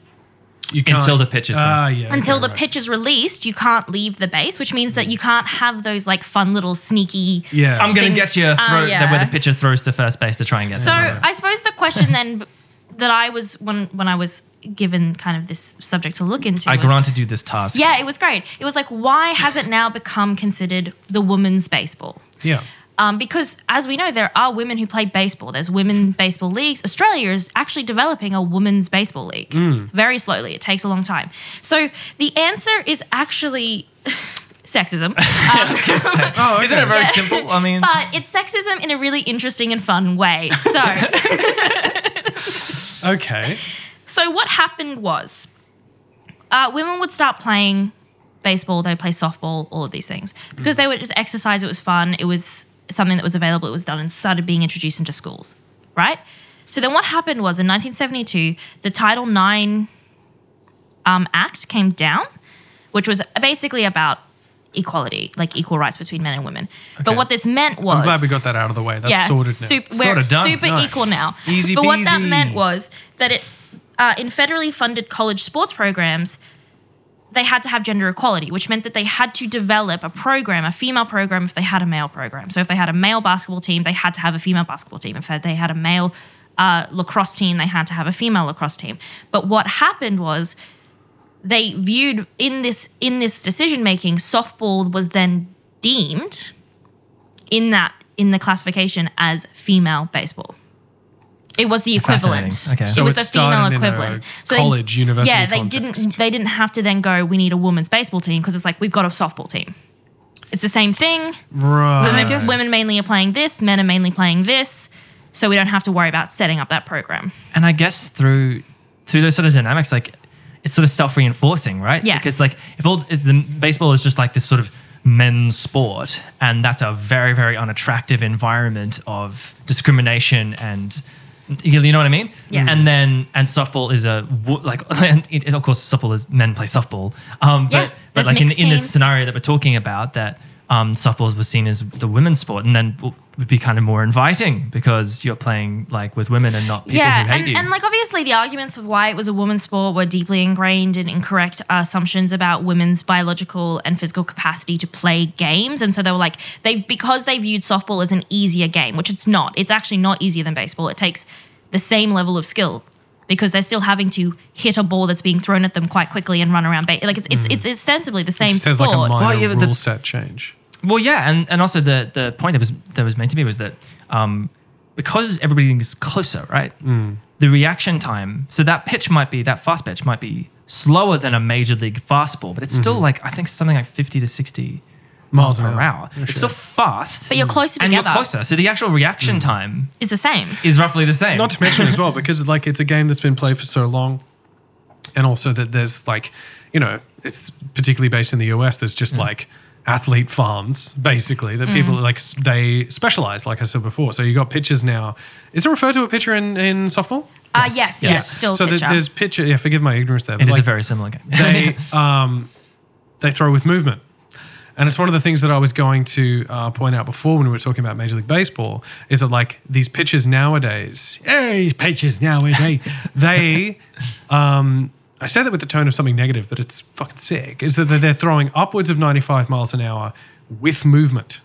You
Until the pitch is
Ah, yeah.
until
okay,
the
right.
pitch is released, you can't leave the base, which means that you can't have those like fun little sneaky.
Yeah.
I'm gonna
things-
get you a
Ah,
throw
yeah.
where the pitcher throws to first base to try and get.
So
it.
I suppose the question then that I was when when I was given kind of this subject to look into,
I
was,
granted you this task.
Yeah, it was great. It was like, why has it now become considered the women's baseball?
yeah.
Um, because as we know, there are women who play baseball. There's women baseball leagues. Australia is actually developing a women's baseball league very slowly. It takes a long time. So the answer is actually [laughs] sexism. [laughs] Um,
Oh, isn't it very simple? I
[laughs]
mean,
but it's sexism in a really interesting and fun way.
[laughs]
So,
Okay.
so what happened was, uh, women would start playing baseball. They would play softball, all of these things because they would just exercise. It was fun. It was something that was available. It was done and started being introduced into schools, right? So then what happened was in 1972, the Title IX um, Act came down, which was basically about equality, like equal rights between men and women. But
Okay.
what this meant was
I'm glad we got that out of the way. That's
yeah,
sorted now.
sup-
Sorta
we're
done.
super
Nice.
equal now.
Easy
but what that
peasy.
meant was that it, uh, in federally funded college sports programs, they had to have gender equality, which meant that they had to develop a program, a female program, if they had a male program. So if they had a male basketball team, they had to have a female basketball team. If they had a male uh, lacrosse team, they had to have a female lacrosse team. But what happened was they viewed in this in this decision making, softball was then deemed in that in the classification as female baseball. It was the equivalent.
Fascinating. Okay.
it
So
was
it
the female
started in a
equivalent. So they-
college, university
Yeah, they didn't.
context.
They didn't have to then go. We need a women's baseball team because it's like we've got a softball team. It's the same thing.
Right.
Women, women mainly are playing this. Men are mainly playing this. So we don't have to worry about setting up that program.
and I guess through through those sort of dynamics, like it's sort of self reinforcing, right?
Yes.
Because like if all if the baseball is just like this sort of men's sport, and that's a very very unattractive environment of discrimination and. You know what I mean?
Yes.
And then and softball is a wo- like [laughs] and it, and of course softball is men play softball. Um, but
Yeah,
but
there's
like in,
mixed
in this
teams.
scenario that we're talking about, that um, softball was seen as the women's sport, and then w- would be kind of more inviting because you're playing like with women and not people
yeah,
who hate
and,
you.
and like obviously the arguments of why it was a woman's sport were deeply ingrained in incorrect assumptions about women's biological and physical capacity to play games, and so they were like they because they viewed softball as an easier game, which it's not. It's actually not easier than baseball. It takes the same level of skill because they're still having to hit a ball that's being thrown at them quite quickly and run around. Ba- like it's it's, it's ostensibly the same
Mm. Just has
sport.
like a minor
Well, yeah, but
rule
the-
set change.
Well, yeah, and, and also the the point that was that was made to me was that um, because everything is closer, right?
Hmm.
The reaction time, so that pitch might be that fast pitch might be slower than a major league fastball, but it's still
Mm-hmm.
like I think something like fifty to sixty miles per hour.
Yeah,
It's
sure.
still fast,
But you're closer
and
together.
you're closer, so the actual reaction time
It's the same.
is roughly the same.
Hmm. Not to mention as well, because like it's a game that's been played for so long, and also that there's like, you know, it's particularly based in the US. There's
Mm.
just like athlete farms basically that people like s- they specialize. Like I said before, so you got pitchers now. Is it referred to a pitcher in in softball?
Ah, yes, yes,
yes.
still
so there-
picture.
there's pitcher. Yeah, forgive my ignorance there. but
it is
like,
a very similar game. [laughs]
they um, they throw with movement. And it's one of the things that I was going to uh, point out before when we were talking about Major League Baseball is that like these pitchers nowadays, hey, pitchers nowadays, [laughs] they, um, I say that with the tone of something negative, but it's fucking sick, is that they're throwing upwards of 95 miles an hour with movement.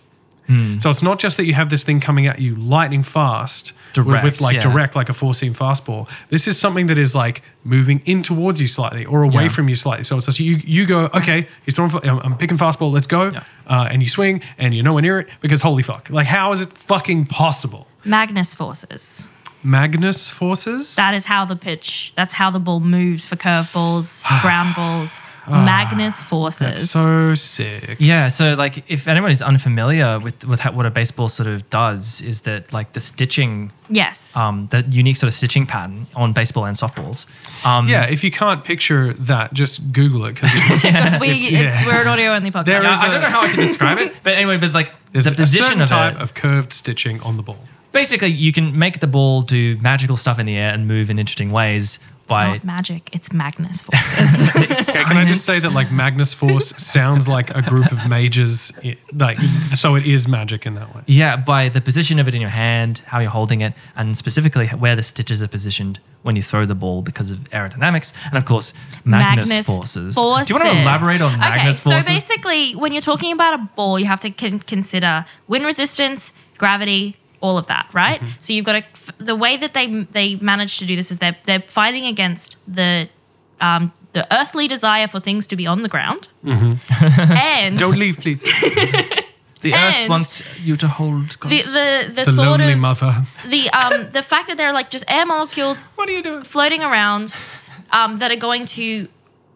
Hmm.
So it's not just that you have this thing coming at you lightning fast with- with
Direct,
like
yeah.
direct, like a four seam fastball. This is something that is like moving in towards you slightly or away
Yeah.
from you slightly. So it's just you you go okay, he's throwing. fa- I'm, I'm picking fastball. Let's go,
Yeah.
uh, and you swing, and you're nowhere near it because holy fuck, like how is it fucking possible?
Magnus forces.
Magnus forces.
That is how the pitch. That's how the ball moves for
[sighs]
curveballs, ground balls, Magnus forces.
Ah. That's so sick.
Yeah, so like if anyone is unfamiliar with with how, what a baseball sort of does is that like the stitching
yes.
Ah.
um, that unique sort of stitching pattern on baseball and softballs. Um,
Yeah, if you can't picture that, just Google it.
[laughs]
'cause it's-
Because
[laughs]
we, it's, we're an audio only podcast.
There
I,
is-
I don't know how I can describe
[laughs]
it, but anyway, but like
there's
the
a
position
certain
of
type
it.
of curved stitching on the ball.
basically, you can make the ball do magical stuff in the air and move in interesting ways
it's
by.
not magic. It's Magnus forces.
Okay, can I just say that like Magnus Force sounds like a group of mages, i- like so it is magic in that way.
Yeah, by the position of it in your hand, how you're holding it, and specifically where the stitches are positioned when you throw the ball because of aerodynamics, and of course, Magnus, forces. Do you want to
forces.
elaborate on Magnus
okay,
forces?
So basically, when you're talking about a ball, you have to con- consider wind resistance, gravity, all of that, right?
Mm-hmm.
So you've got to, f- the way that they they manage to do this is they're, they're fighting against the, um, the earthly desire for things to be on the ground.
Mm-hmm. [laughs]
and
Don't leave, please.
and-
the earth wants you to hold.
the,
close.
the, the,
The
sort
lonely
of
mother.
the um the fact that there are like just air molecules
What are you doing?
floating around um, that are going to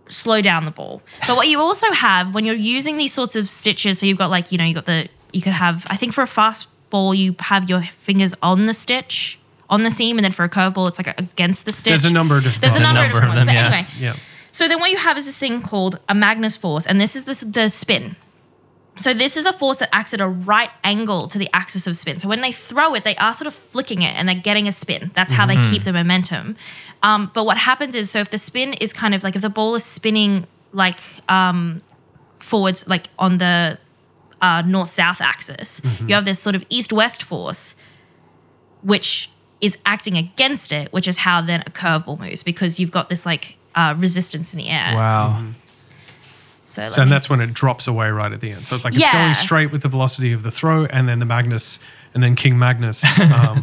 slow down the ball. But what you also have when you're using these sorts of stitches, so you've got like you know you got the you could have I think for a fast ball you have your fingers on the stitch on the seam, and then for a curveball it's like against the stitch.
There's a number of different.
There's a
varieties.
number,
There's a
of, different
number
ones,
of them,
but
yeah.
anyway.
Yeah.
So then what you have is this thing called a Magnus force, and this is the, the spin. So this is a force that acts at a right angle to the axis of spin. So when they throw it, they are sort of flicking it and they're getting a spin. That's how they keep the momentum. Um, but what happens is, so if the spin is kind of like if the ball is spinning like um, forwards, like on the uh, north-south axis, you have this sort of east-west force, which is acting against it, which is how then a curveball moves because you've got this like uh, resistance in the air.
Wow.
So, let
So, and
me-
that's when it drops away right at the end. So it's like it's
Yeah.
going straight with the velocity of the throw, and then the Magnus, and then King Magnus um,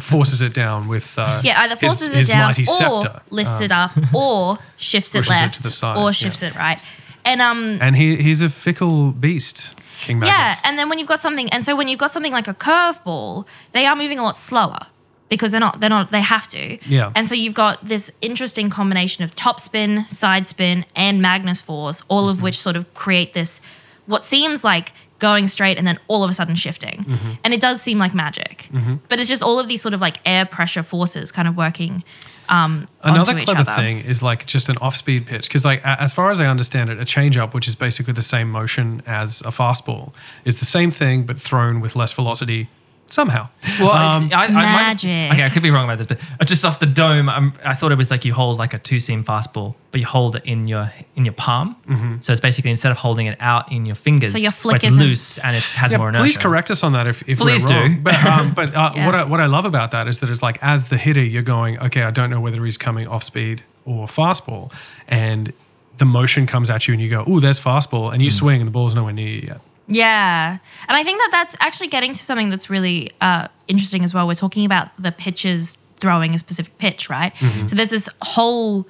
[laughs]
forces it down with uh,
Yeah, either
his-
forces
his
it down
mighty
or
scepter.
lifts it up or shifts it
pushes it to
left
the side, yeah.
or shifts it right. And um
And he, he's a fickle beast, King
yeah,
Magnus.
and then when you've got something and so when you've got something like a curveball, they are moving a lot slower because they're not they're not they have to.
Yeah.
And so you've got this interesting combination of top spin, side spin and Magnus force, all
Mm-hmm.
of which sort of create this what seems like going straight and then all of a sudden shifting.
Mm-hmm.
And it does seem like magic. But it's just all of these sort of like air pressure forces kind of working um
Another
onto each
clever
other.
thing is like just an off-speed pitch because, like, a- as far as I understand it, a change-up, which is basically the same motion as a fastball, is the same thing but thrown with less velocity somehow.
Well, I, I, I
magic.
Might, okay, I could be wrong about this, but uh, just off the dome, i I thought it was like you hold like a two-seam fastball, but you hold it in your in your palm. So it's basically instead of holding it out in your fingers,
So your
where
flick
it's
isn't-
loose and it has
Yeah,
more inertia.
please correct us on that if, if
Please
we're
do.
wrong. But,
[laughs]
um, but uh,
Yeah.
what, I, what I love about that is that it's like as the hitter, you're going, okay, I don't know whether he's coming off speed or fastball. And the motion comes at you and you go, oh, there's fastball. And you
Mm.
swing and the ball's nowhere near you yet.
Yeah. And I think that that's actually getting to something that's really uh, interesting as well. We're talking about the pitchers throwing a specific pitch, right?
Mm-hmm.
So there's this whole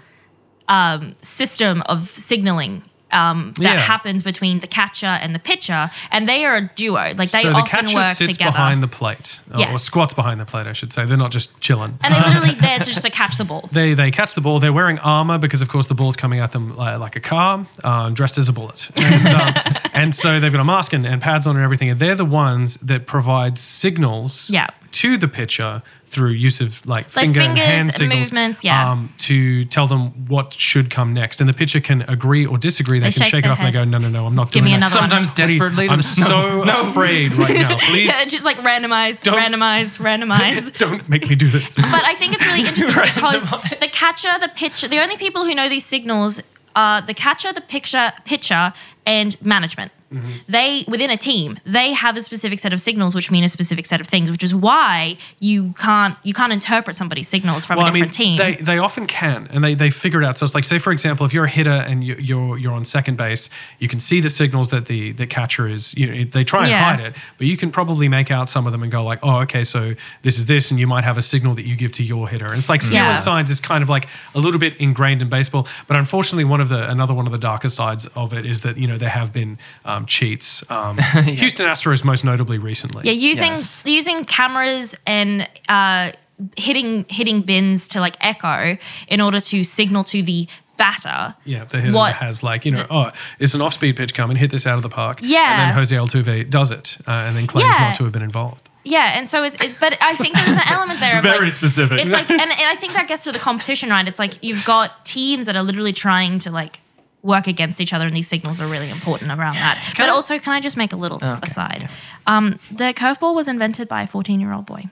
um, system of signaling. Um, that
Yeah.
happens between the catcher and the pitcher, and they are a duo. Like they
so the
often
catcher
work
sits
together,
behind the plate or, or
Yes.
squats behind the plate, I should say. They're not just chilling.
and they literally there to just to catch the ball. [laughs]
They, they catch the ball. They're wearing armor because, of course, the ball's coming at them uh, like, like a car, um, dressed as a bullet. And, um,
[laughs]
and so they've got a mask and, and pads on and everything. And they're the ones that provide signals
Yeah.
to the pitcher through use of like,
Like
finger and
fingers
hand
and
signals,
movements, yeah.
um, to tell them what should come next. And the pitcher can agree or disagree. They,
They
can
shake
shake, it
their
off and they go,
head.
no, no, no, I'm not
Give
doing
me
that.
another one.
Sometimes
What do you-
desperately,
I'm
[laughs] no,
so afraid right
[laughs]
now. Please
Yeah, just like randomize,
Don't-
randomize, randomize.
don't make me do this.
But I think it's
[laughs]
really interesting
Right.
because the catcher, the pitcher, the only people who know these signals are the catcher, the picture, pitcher, and management.
Mm-hmm.
They within a team, they have a specific set of signals, which mean a specific set of things, which is why you can't you can't interpret somebody's signals from a different team.
They, they often can, and they, they figure it out. So it's like, say for example, if you're a hitter and you, you're you're on second base, you can see the signals that the the catcher is. You know, they try and
Yeah.
hide it, but you can probably make out some of them and go like, oh, okay, so this is this, and you might have a signal that you give to your hitter. And it's like stealing
Mm. Yeah.
signs is kind of like a little bit ingrained in baseball, but unfortunately, one of the another one of the darker sides of it is that you know there have been um, cheats. Um,
[laughs]
Houston Astros most notably recently.
yeah, using
Yes.
using cameras and uh, hitting hitting bins to like echo in order to signal to the batter.
Yeah, the hitter
What-
that has like you know, oh, it's an off-speed pitch coming, hit this out of the park. and
Yeah.
then Jose Altuve does it, uh, and then claims
Yeah.
not to have been involved.
Yeah, and so it's, it's but I think there's
[laughs]
an element there of
Very
like,
specific.
It's like, and, and I think that gets to the competition, right? It's like you've got teams that are literally trying to like work against each other, and these signals are really important around that. but
I-
also, can I just make a little s-
Okay,
aside? Um, the curveball was invented by a 14 year old boy.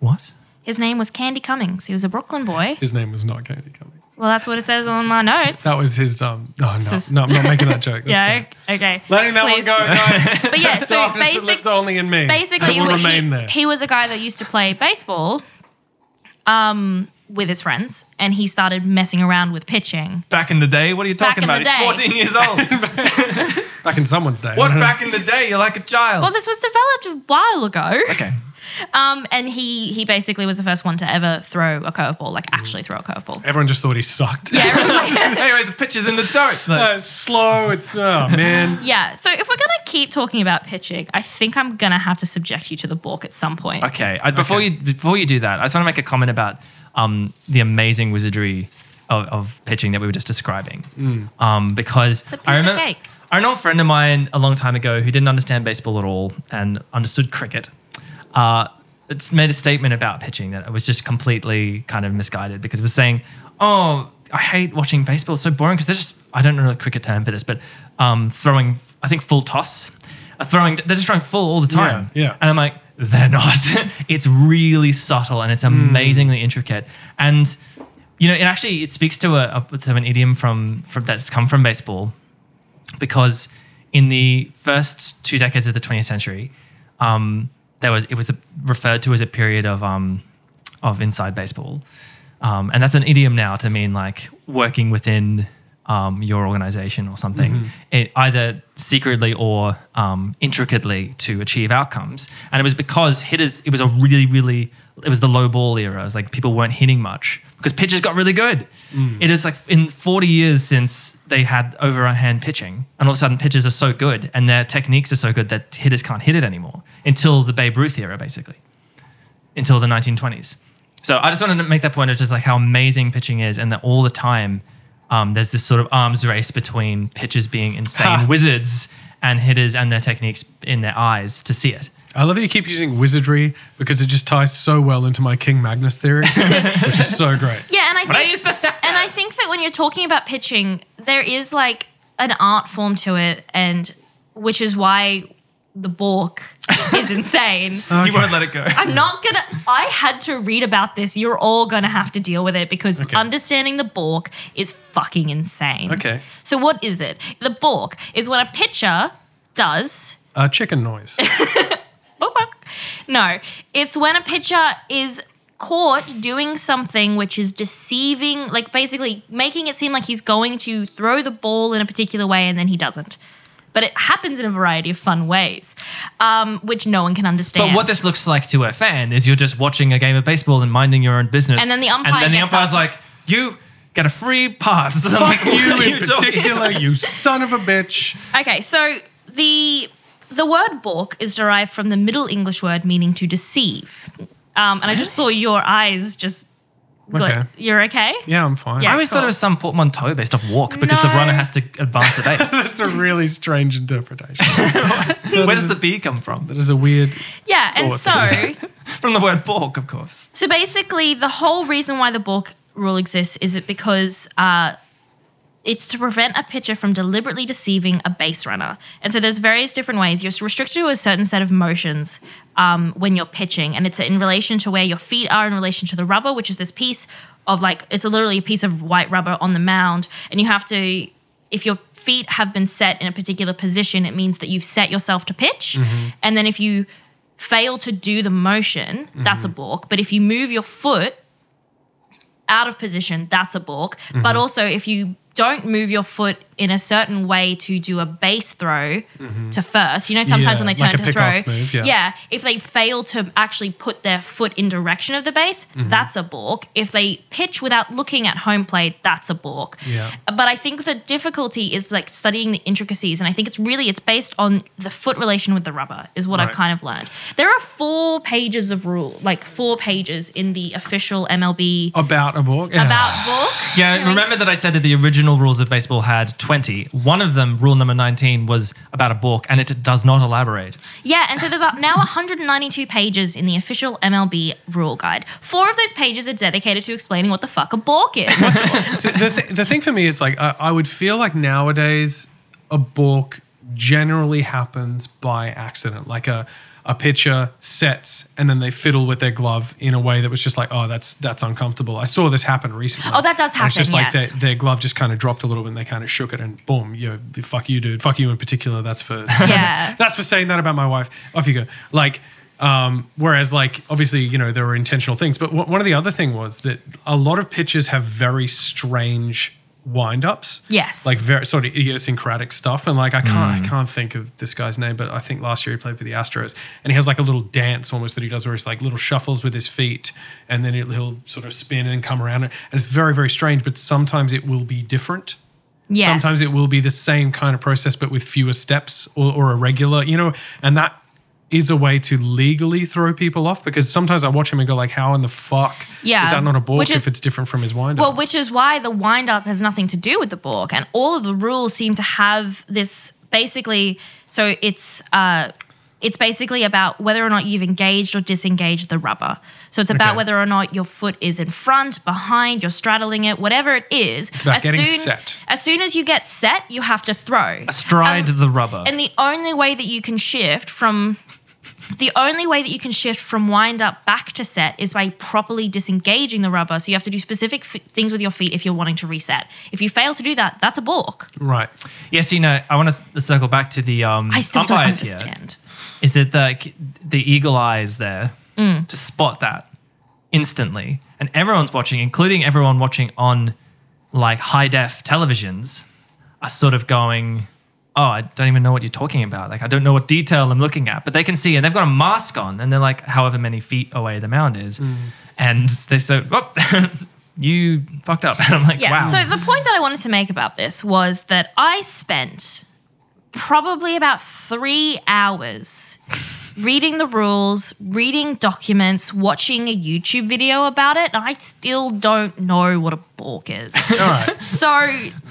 what?
His name was Candy Cummings. He was a Brooklyn boy.
His name was not Candy Cummings.
Well, that's what it says on my notes.
That was his. Um, oh no,
Sus-
no, I'm not making
[laughs]
that joke. That's
yeah.
fine.
o- Okay.
letting that
Please.
one go, guys.
But
[laughs]
yeah, so
Darkness that
basic,
lives only in me.
basically
it
he-
will remain
he,
there.
he was a guy that used to play baseball um, with his friends and he started messing around with pitching
[laughs] Back in the day, what are you
Back
talking
in the
about?
day.
He's 14 years [laughs] old.
back in someone's day.
what back in the day? You're like a child.
well this was developed a while ago
[laughs] okay.
um, and he he basically was the first one to ever throw a curveball like actually throw a
[laughs]
curveball
Everyone just thought he sucked. [laughs]
yeah, everyone's like-
Anyways, the pitcher's in the dirt.
Uh, it's slow. It's oh man.
yeah so if we're gonna keep talking about pitching i think i'm gonna have to subject you to the balk at some point
Okay. I, before
Okay.
you before you do that, I just want to make a comment about um, the amazing wizardry of, of pitching that we were just describing. Um, because
a piece
I
of
remember
cake.
I know a friend of mine a long time ago who didn't understand baseball at all and understood cricket. Uh, it's made a statement about pitching that it was just completely kind of misguided because it was saying, "Oh, I hate watching baseball. It's so boring because they're just I don't know the cricket term for this, but um, throwing I think full toss." throwing. They're just throwing full all the time.
Yeah, yeah.
And I'm like, they're not. [laughs] it's really subtle and
Hmm.
it's amazingly intricate. And you know, it actually it speaks to a, a to an idiom from from that's come from baseball, because in the first two decades of the 20th century, um, there was it was a, referred to as a period of um, of inside baseball, um, and that's an idiom now to mean like working within um, your organization or something, it, either secretly or um, intricately to achieve outcomes. And it was because hitters, it was a really really it was the low ball era. It was like people weren't hitting much because pitchers got really good. It is like in 40 years since they had overhand pitching, and all of a sudden pitchers are so good and their techniques are so good that hitters can't hit it anymore until the Babe Ruth era, basically, until the 1920s. So I just wanted to make that point of just like how amazing pitching is, and that all the time um, there's this sort of arms race between pitchers being
Ha.
insane wizards and hitters and their techniques in their eyes to see it.
I love that you keep using wizardry because it just ties so well into my King Magnus theory, [laughs] which is so great.
Yeah, and I think
Raise the scepter.
and I think that when you're talking about pitching, there is like an art form to it, and which is why the balk
[laughs]
is insane.
You won't let it go.
I'm not gonna. I had to read about this. You're all gonna have to deal with it because
Okay.
understanding the balk is fucking insane.
Okay.
So what is it? The balk is when a pitcher does.
Uh, chicken noise.
Boop, boop. No, it's when a pitcher is caught doing something which is deceiving, like basically making it seem like he's going to throw the ball in a particular way and then he doesn't. But it happens in a variety of fun ways, um, which no one can understand.
But what this looks like to a fan is you're just watching a game of baseball and minding your own business.
And then the umpire
And then the
gets
umpire's
up.
like, you get a free pass. [laughs] I'm
Fuck [laughs]
like,
you
"What are
in
talking
particular,
about?"
you son of a bitch.
Okay, so the the word balk is derived from the Middle English word meaning to deceive. Um, and I just saw your eyes just. Got,
Okay.
You're okay?
Yeah, I'm fine.
Yeah.
I always thought it was some portmanteau based off walk because the
No.
runner has to advance the [laughs]
[laughs]
base.
That's a really strange interpretation.
Where does the B come from?
That is a weird.
Yeah, and
Forward.
so.
From the word balk, of course.
So basically, the whole reason why the balk rule exists is it because uh, it's to prevent a pitcher from deliberately deceiving a base runner. And so there's various different ways. You're restricted to a certain set of motions um, when you're pitching, and it's in relation to where your feet are in relation to the rubber, which is this piece of like it's literally a piece of white rubber on the mound, and you have to. If your feet have been set in a particular position, it means that you've set yourself to pitch.
Mm-hmm.
And then if you fail to do the motion, that's a
Mm-hmm.
balk. But if you move your foot out of position, that's a balk.
Mm-hmm.
But also, if you don't move your foot in a certain way to do a base throw to first, you know, sometimes
Mm-hmm. Yeah,
when they turn
like a
to throw,
pick-off move, yeah.
uh, if they fail to actually put their foot in direction of the base, that's a balk. If they pitch without looking at home plate, that's a balk.
Yeah.
But I think the difficulty is like studying the intricacies, and I think it's really it's based on the foot relation with the rubber is what
Right.
I've kind of learned. There are four pages of rule, like four pages in the official MLB
About a walk. Yeah.
about book.
Yeah, remember that I said that the original rules of baseball had 20. One of them, rule number 19, was about a balk and it does not elaborate.
Yeah, and so there's uh, now 192 pages in the official MLB rule guide. Four of those pages are dedicated to explaining what the fuck a balk is. [laughs]
So the, th- the thing for me is like I, I would feel like nowadays a balk generally happens by accident like a a pitcher sets and then they fiddle with their glove in a way that was just like oh that's that's uncomfortable i saw this happen recently
Oh, that does
And it's just
happen,
like
yes.
their, their glove just kind of dropped a little bit and they kind of shook it and boom you know, fuck you dude fuck you in particular that's for
[laughs] Yeah.
[laughs] that's for saying that about my wife. Off you go. Like, um, whereas, like, obviously, you know, there were intentional things. But w- one of the other thing was that a lot of pitchers have very strange wind-ups.
Yes.
Like very sort of idiosyncratic stuff. And like I can't I can't think of this guy's name, but I think last year he played for the Astros. And he has like a little dance almost that he does where it's like little shuffles with his feet and then he'll- he'll sort of spin and come around. And it's very, very strange, but sometimes it will be different.
Yes.
Sometimes it will be the same kind of process, but with fewer steps or, or a regular, you know, and that is a way to legally throw people off because sometimes I watch him and go like, how in the fuck
Yeah.
is that not a balk
Which is-
if it's different from his wind
Well, which is why the wind up has nothing to do with the balk, and all of the rules seem to have this basically. So it's uh, It's basically about whether or not you've engaged or disengaged the rubber. So it's about
Okay.
whether or not your foot is in front, behind, you're straddling it, whatever it is.
about getting set.
As soon as you get set, you have to throw.
Stride
Um,
the rubber.
and the only way that you can shift from the only way that you can shift from wind up back to set is by properly disengaging the rubber. So you have to do specific f- things with your feet if you're wanting to reset. If you fail to do that, that's a balk.
Right.
yes, you know, I want to circle back to the um,
I still don't
umpires here.
understand.
Is that the, the eagle eyes there
Mm.
to spot that instantly? And everyone's watching, including everyone watching on like high def televisions, are sort of going, "Oh, I don't even know what you're talking about. Like, I don't know what detail I'm looking at." But they can see, and they've got a mask on, and they're like, however many feet away the mound is, and they say, "Oh, [laughs] you fucked up." [laughs] And I'm like,
Yeah.
"Wow."
So the point that I wanted to make about this was that I spent probably about three hours reading the rules, reading documents, watching a YouTube video about it, and I still don't know what a balk is.
All right.
so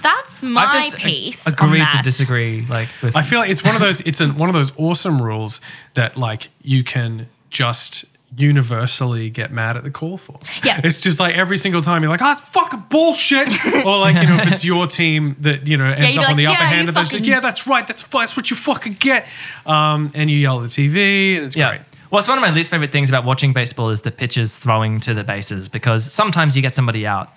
that's my
I've just a-
piece. on
agreed to
that.
disagree. Like, with,
I feel like it's one of those. It's an, one of those awesome rules that like you can just universally get mad at the call for.
Yeah.
It's just like every single time you're like, oh, it's fucking bullshit. or like, you know, if it's your team that, you know, ends
you'd
up
be
on the
like,
upper
"Yeah,
hand
you
and they're just like,
fucking-
yeah, that's right. That's, fi- that's what you fucking get. Um, and you yell at the TV and it's
yeah.
great.
Well, it's one of my least favorite things about watching baseball is the pitchers throwing to the bases because sometimes you get somebody out,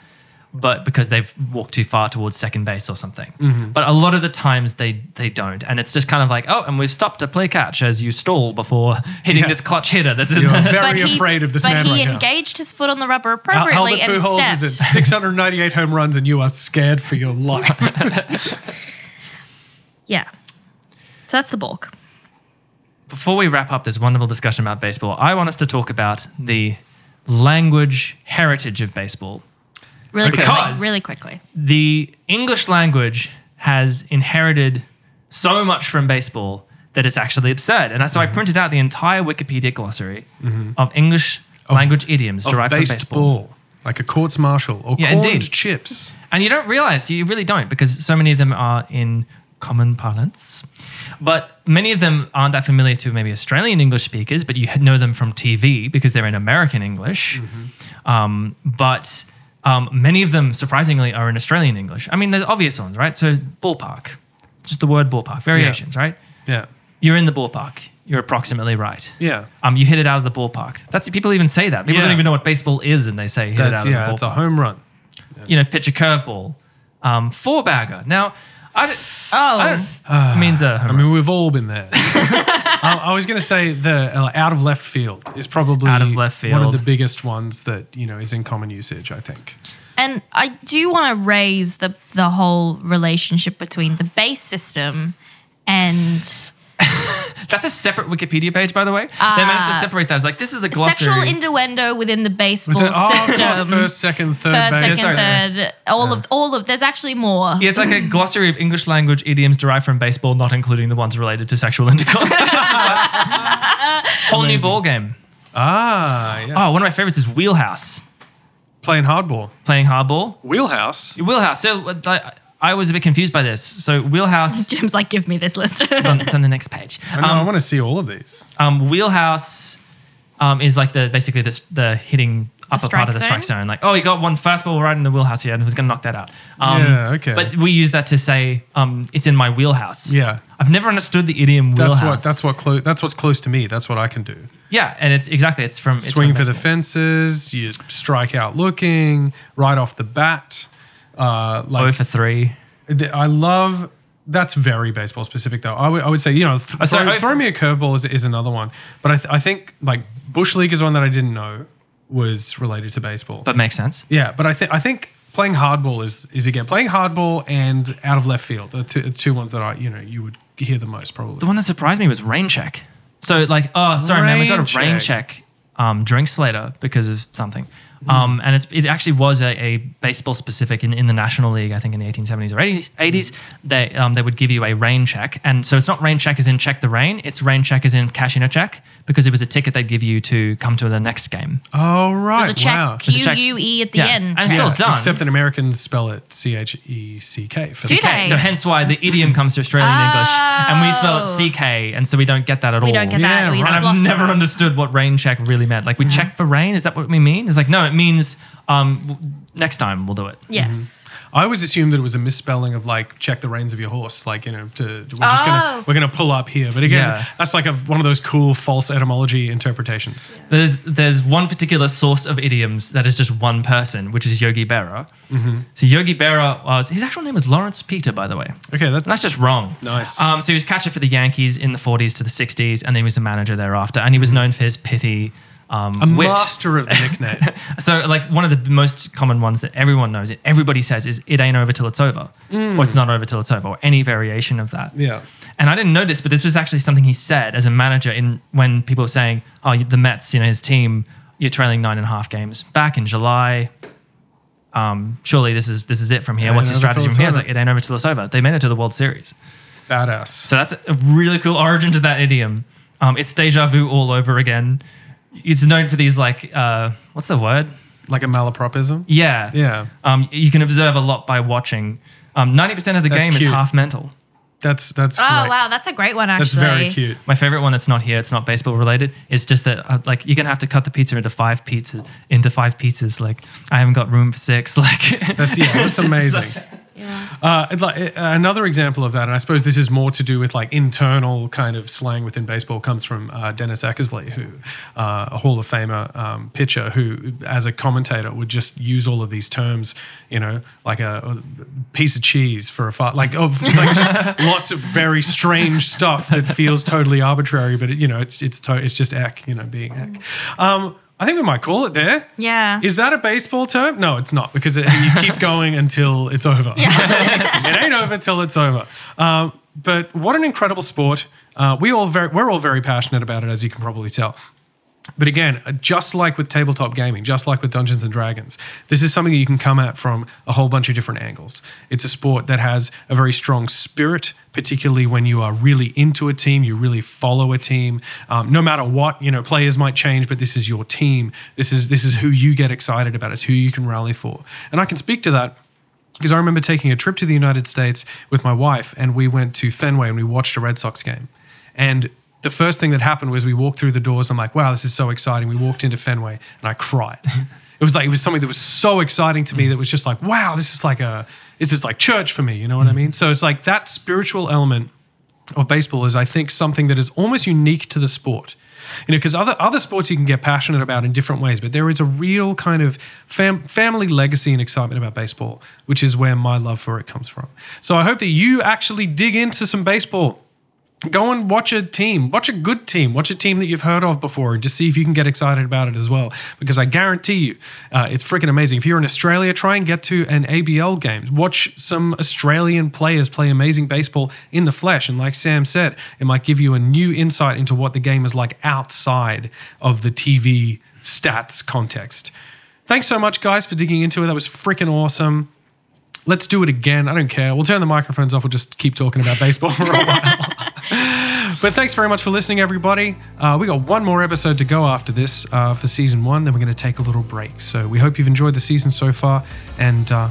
but because they've walked too far towards second base or something. But a lot of the times they they don't, and it's just kind of like, oh, and we've stopped to play catch as you stall before [laughs] hitting
Yeah.
this clutch hitter. That's in [laughs]
You're
the-
very afraid of this
but
man
he
right now.
engaged his foot on the rubber
Al-
appropriately and
Albert Pujols
stepped.
is at 698 home runs and you are scared for your
[laughs]
life.
yeah. So that's the balk.
before we wrap up this wonderful discussion about baseball. I want us to talk about the language heritage of baseball.
Really
Okay. Because-
quickly. Really quickly.
the English language has inherited so much from baseball that it's actually absurd. And I- so I printed out the entire Wikipedia glossary Mm-hmm. of English language idioms derived from baseball.
baseball. Like a courts martial or
Yeah,
corned
indeed.
chips.
And you don't realize, you really don't, because so many of them are in common parlance. But many of them aren't that familiar to maybe Australian English speakers, but you know them from TV because they're in American English.
Mm-hmm.
Um, but um, many of them, surprisingly, are in Australian English. I mean, there's obvious ones, right? So, ballpark, just the word ballpark, variations, right?
Yeah.
You're in the ballpark, you're approximately right.
Yeah.
Um, you hit it out of the ballpark. That's people even say that. People
Yeah.
don't even know what baseball is, and they say hit
That's,
it out
yeah,
of
it's
the
a
ballpark
home run.
you know, pitch a curveball, um, four bagger. Now, I don't, I
Oh.
[sighs]
don't, means a home
I mean, we've all been
[laughs]
there. I, I was going to say the uh, out of left field is probably
Out of left
one of
field.
the biggest ones that you know is in common usage. I think.
And I do want to raise the the whole relationship between the base system and
run. That's a separate Wikipedia page, by the way. they managed to separate that. It's like this is a glossary.
Ah. sexual innuendo within the baseball
With the- oh, of course,
system.
first, second, third
First,
base.
second, third, all of all of there's actually more.
yeah, it's like a glossary of English language idioms derived from baseball, not including the ones related to sexual
[laughs]
intercourse. It's just like- Whole new ball game.
Ah, yeah.
Oh, one of my favorites is wheelhouse.
Playing hardball.
Playing hardball.
Wheelhouse.
Wheelhouse. So uh, I, I was a bit confused by this. So
[laughs]
wheelhouse.
[laughs] Jim's like, give me this list.
It's on, it's on the next page.
I, know, I want to see all of these.
um, wheelhouse um, is like the basically the, the hitting upper part of the
strike
strike zone. Like, oh, he got one fastball right in the wheelhouse here, and who's going to knock that out? Um,
Yeah, okay.
But we use that to say um, it's in my wheelhouse.
Yeah.
I've never understood the idiom
That's
wheelhouse.
what. That's what. Clo- that's what's close to me. That's what I can do.
Yeah, and it's exactly it's from it's
Swing
from
for the
baseball.
fences. You strike out looking right off the bat. Uh, like
oh for three.
The- I love that's very baseball specific though. I would I would say you know th-
Oh, sorry,
throw,
I-
throw me a curveball is, is another one, but I, th- I think like bush league is one that I didn't know was related to baseball.
But makes sense.
yeah, but I think I think playing hardball is is again playing hardball and out of left field are two, are two ones that I you know you would hear the most probably.
The one that surprised me was rain check. So like, oh, sorry man, we got a
Rain
rain check um, drinks later because of something.
Hmm.
Um, and it's, it actually was a, a baseball specific in, in the National League, I think in the 1870s or 80s. 80s they, um, they would give you a rain check. And so it's not rain check as in check the rain, it's rain check as in cash in a check because it was a ticket they'd give you to come to the next game.
Oh
[laughs]
right,
There's a check
wow.
a check.
Q U E at the
Yeah.
end.
And it's
check.
still done.
Except that Americans spell it C H E C K. for
Do
the-
they?
So hence why the idiom comes to Australian English and we spell
Oh.
it CK and so we don't get that at all.
We don't get
Yeah,
that. We,
right.
that's
and I've
lost
never
on us.
understood what rain check really meant. Like we check for rain, is that what we mean? It's like no, it means um, w- next time we'll do it.
Yes.
I always assumed that it was a misspelling of like check the reins of your horse, like you know, to, we're just gonna
Oh.
we're gonna pull up here. But again,
Yeah.
that's like a, one of those cool false etymology interpretations.
There's there's one particular source of idioms that is just one person, which is Yogi Berra.
Mm-hmm.
So Yogi Berra was his actual name was Lawrence Peter, by the way.
Okay, that,
And that's just wrong.
Nice.
Um, so he was catcher for the Yankees in the 40s to the 60s, and then he was a manager thereafter. And he was known for his pithy um,
Mm-hmm. a
wit.
master of the nickname.
[laughs] So, like, one of the most common ones that everyone knows, that everybody says, is it ain't over till it's over, or it's not over till it's over, or any variation of that.
yeah.
And I didn't know this, but this was actually something he said as a manager in when people were saying, "Oh, the Mets, you know, his team, you're trailing nine and a half games back in July. Um, surely this is this is it from here.
Ain't
What's your
over till
strategy
it's
from here?" It's
over.
like it ain't over till it's over. They made it to the World Series,
Badass.
so that's a really cool origin to that idiom. Um, it's deja vu all over again. It's known for these like uh, what's the word?
Like a malapropism.
Yeah,
Yeah.
Um, you can observe a lot by watching. Um, Ninety percent of the
That's
game is
cute.
half mental.
That's that's
Oh
great.
wow, that's a great one actually.
That's very cute.
My favorite one that's not here, it's not baseball related. It's just that uh, like you're gonna have to cut the pizza into five pizzas into five pieces. Like I haven't got room for six. [laughs] Like
That's yeah,
It's
that's
just
amazing.
such-
Yeah.
Uh, it's like, uh, another example of that, and I suppose this is more to do with like internal kind of slang within baseball, comes from uh, Dennis Eckersley, who uh, a Hall of Famer um, pitcher, who as a commentator would just use all of these terms, you know, like a, a piece of cheese for a fart, like of like just lots of very strange stuff that feels totally arbitrary, but it, you know, it's it's to, it's just Eck, you know, being Eck. Um, I think we might call it there.
Yeah.
Is that a baseball term? No, it's not because it, you keep going until it's over. [laughs] it ain't over till it's over. Um, but what an incredible sport! Uh, we all very, we're all very passionate about it, as you can probably tell. But again, uh, just like with tabletop gaming, just like with Dungeons and Dragons, this is something that you can come at from a whole bunch of different angles. It's a sport that has a very strong spirit, particularly when you are really into a team, you really follow a team. Um, no matter what, you know, players might change, but this is your team. This is this is who you get excited about. It's who you can rally for. And I can speak to that because I remember taking a trip to the United States with my wife, and we went to Fenway and we watched a Red Sox game. And the first thing that happened was we walked through the doors. I'm like, wow, this is so exciting. We walked into Fenway, and I cried. [laughs] it was like it was something that was so exciting to me that was just like, wow, this is like a this is like church for me. You know what I mean? So it's like that spiritual element of baseball is, I think, something that is almost unique to the sport. You know, because other other sports you can get passionate about in different ways, but there is a real kind of fam- family legacy and excitement about baseball, which is where my love for it comes from. So I hope that you actually dig into some baseball. Go and watch a team, watch a good team, watch a team that you've heard of before, and just see if you can get excited about it as well. Because I guarantee you, uh, it's freaking amazing. If you're in Australia, try and get to an ABL game. Watch some Australian players play amazing baseball in the flesh. And like Sam said, it might give you a new insight into what the game is like outside of the TV stats context. Thanks so much, guys, for digging into it. That was freaking awesome. Let's do it again. I don't care. We'll turn the microphones off. We'll just keep talking about baseball [laughs] for a while. But thanks very much for listening, everybody. Uh, we got one more episode to go after this uh, for season one. Then we're going to take a little break. So we hope you've enjoyed the season so far, and uh,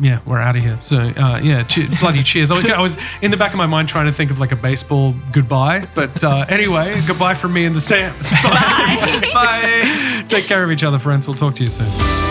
yeah, we're out of here. So uh, yeah, che- bloody cheers. I was, I was in the back of my mind trying to think of like a baseball goodbye, but uh, anyway, [laughs] goodbye from me and the Sam. Bye. Bye. Take care of each other, friends. We'll talk to you soon.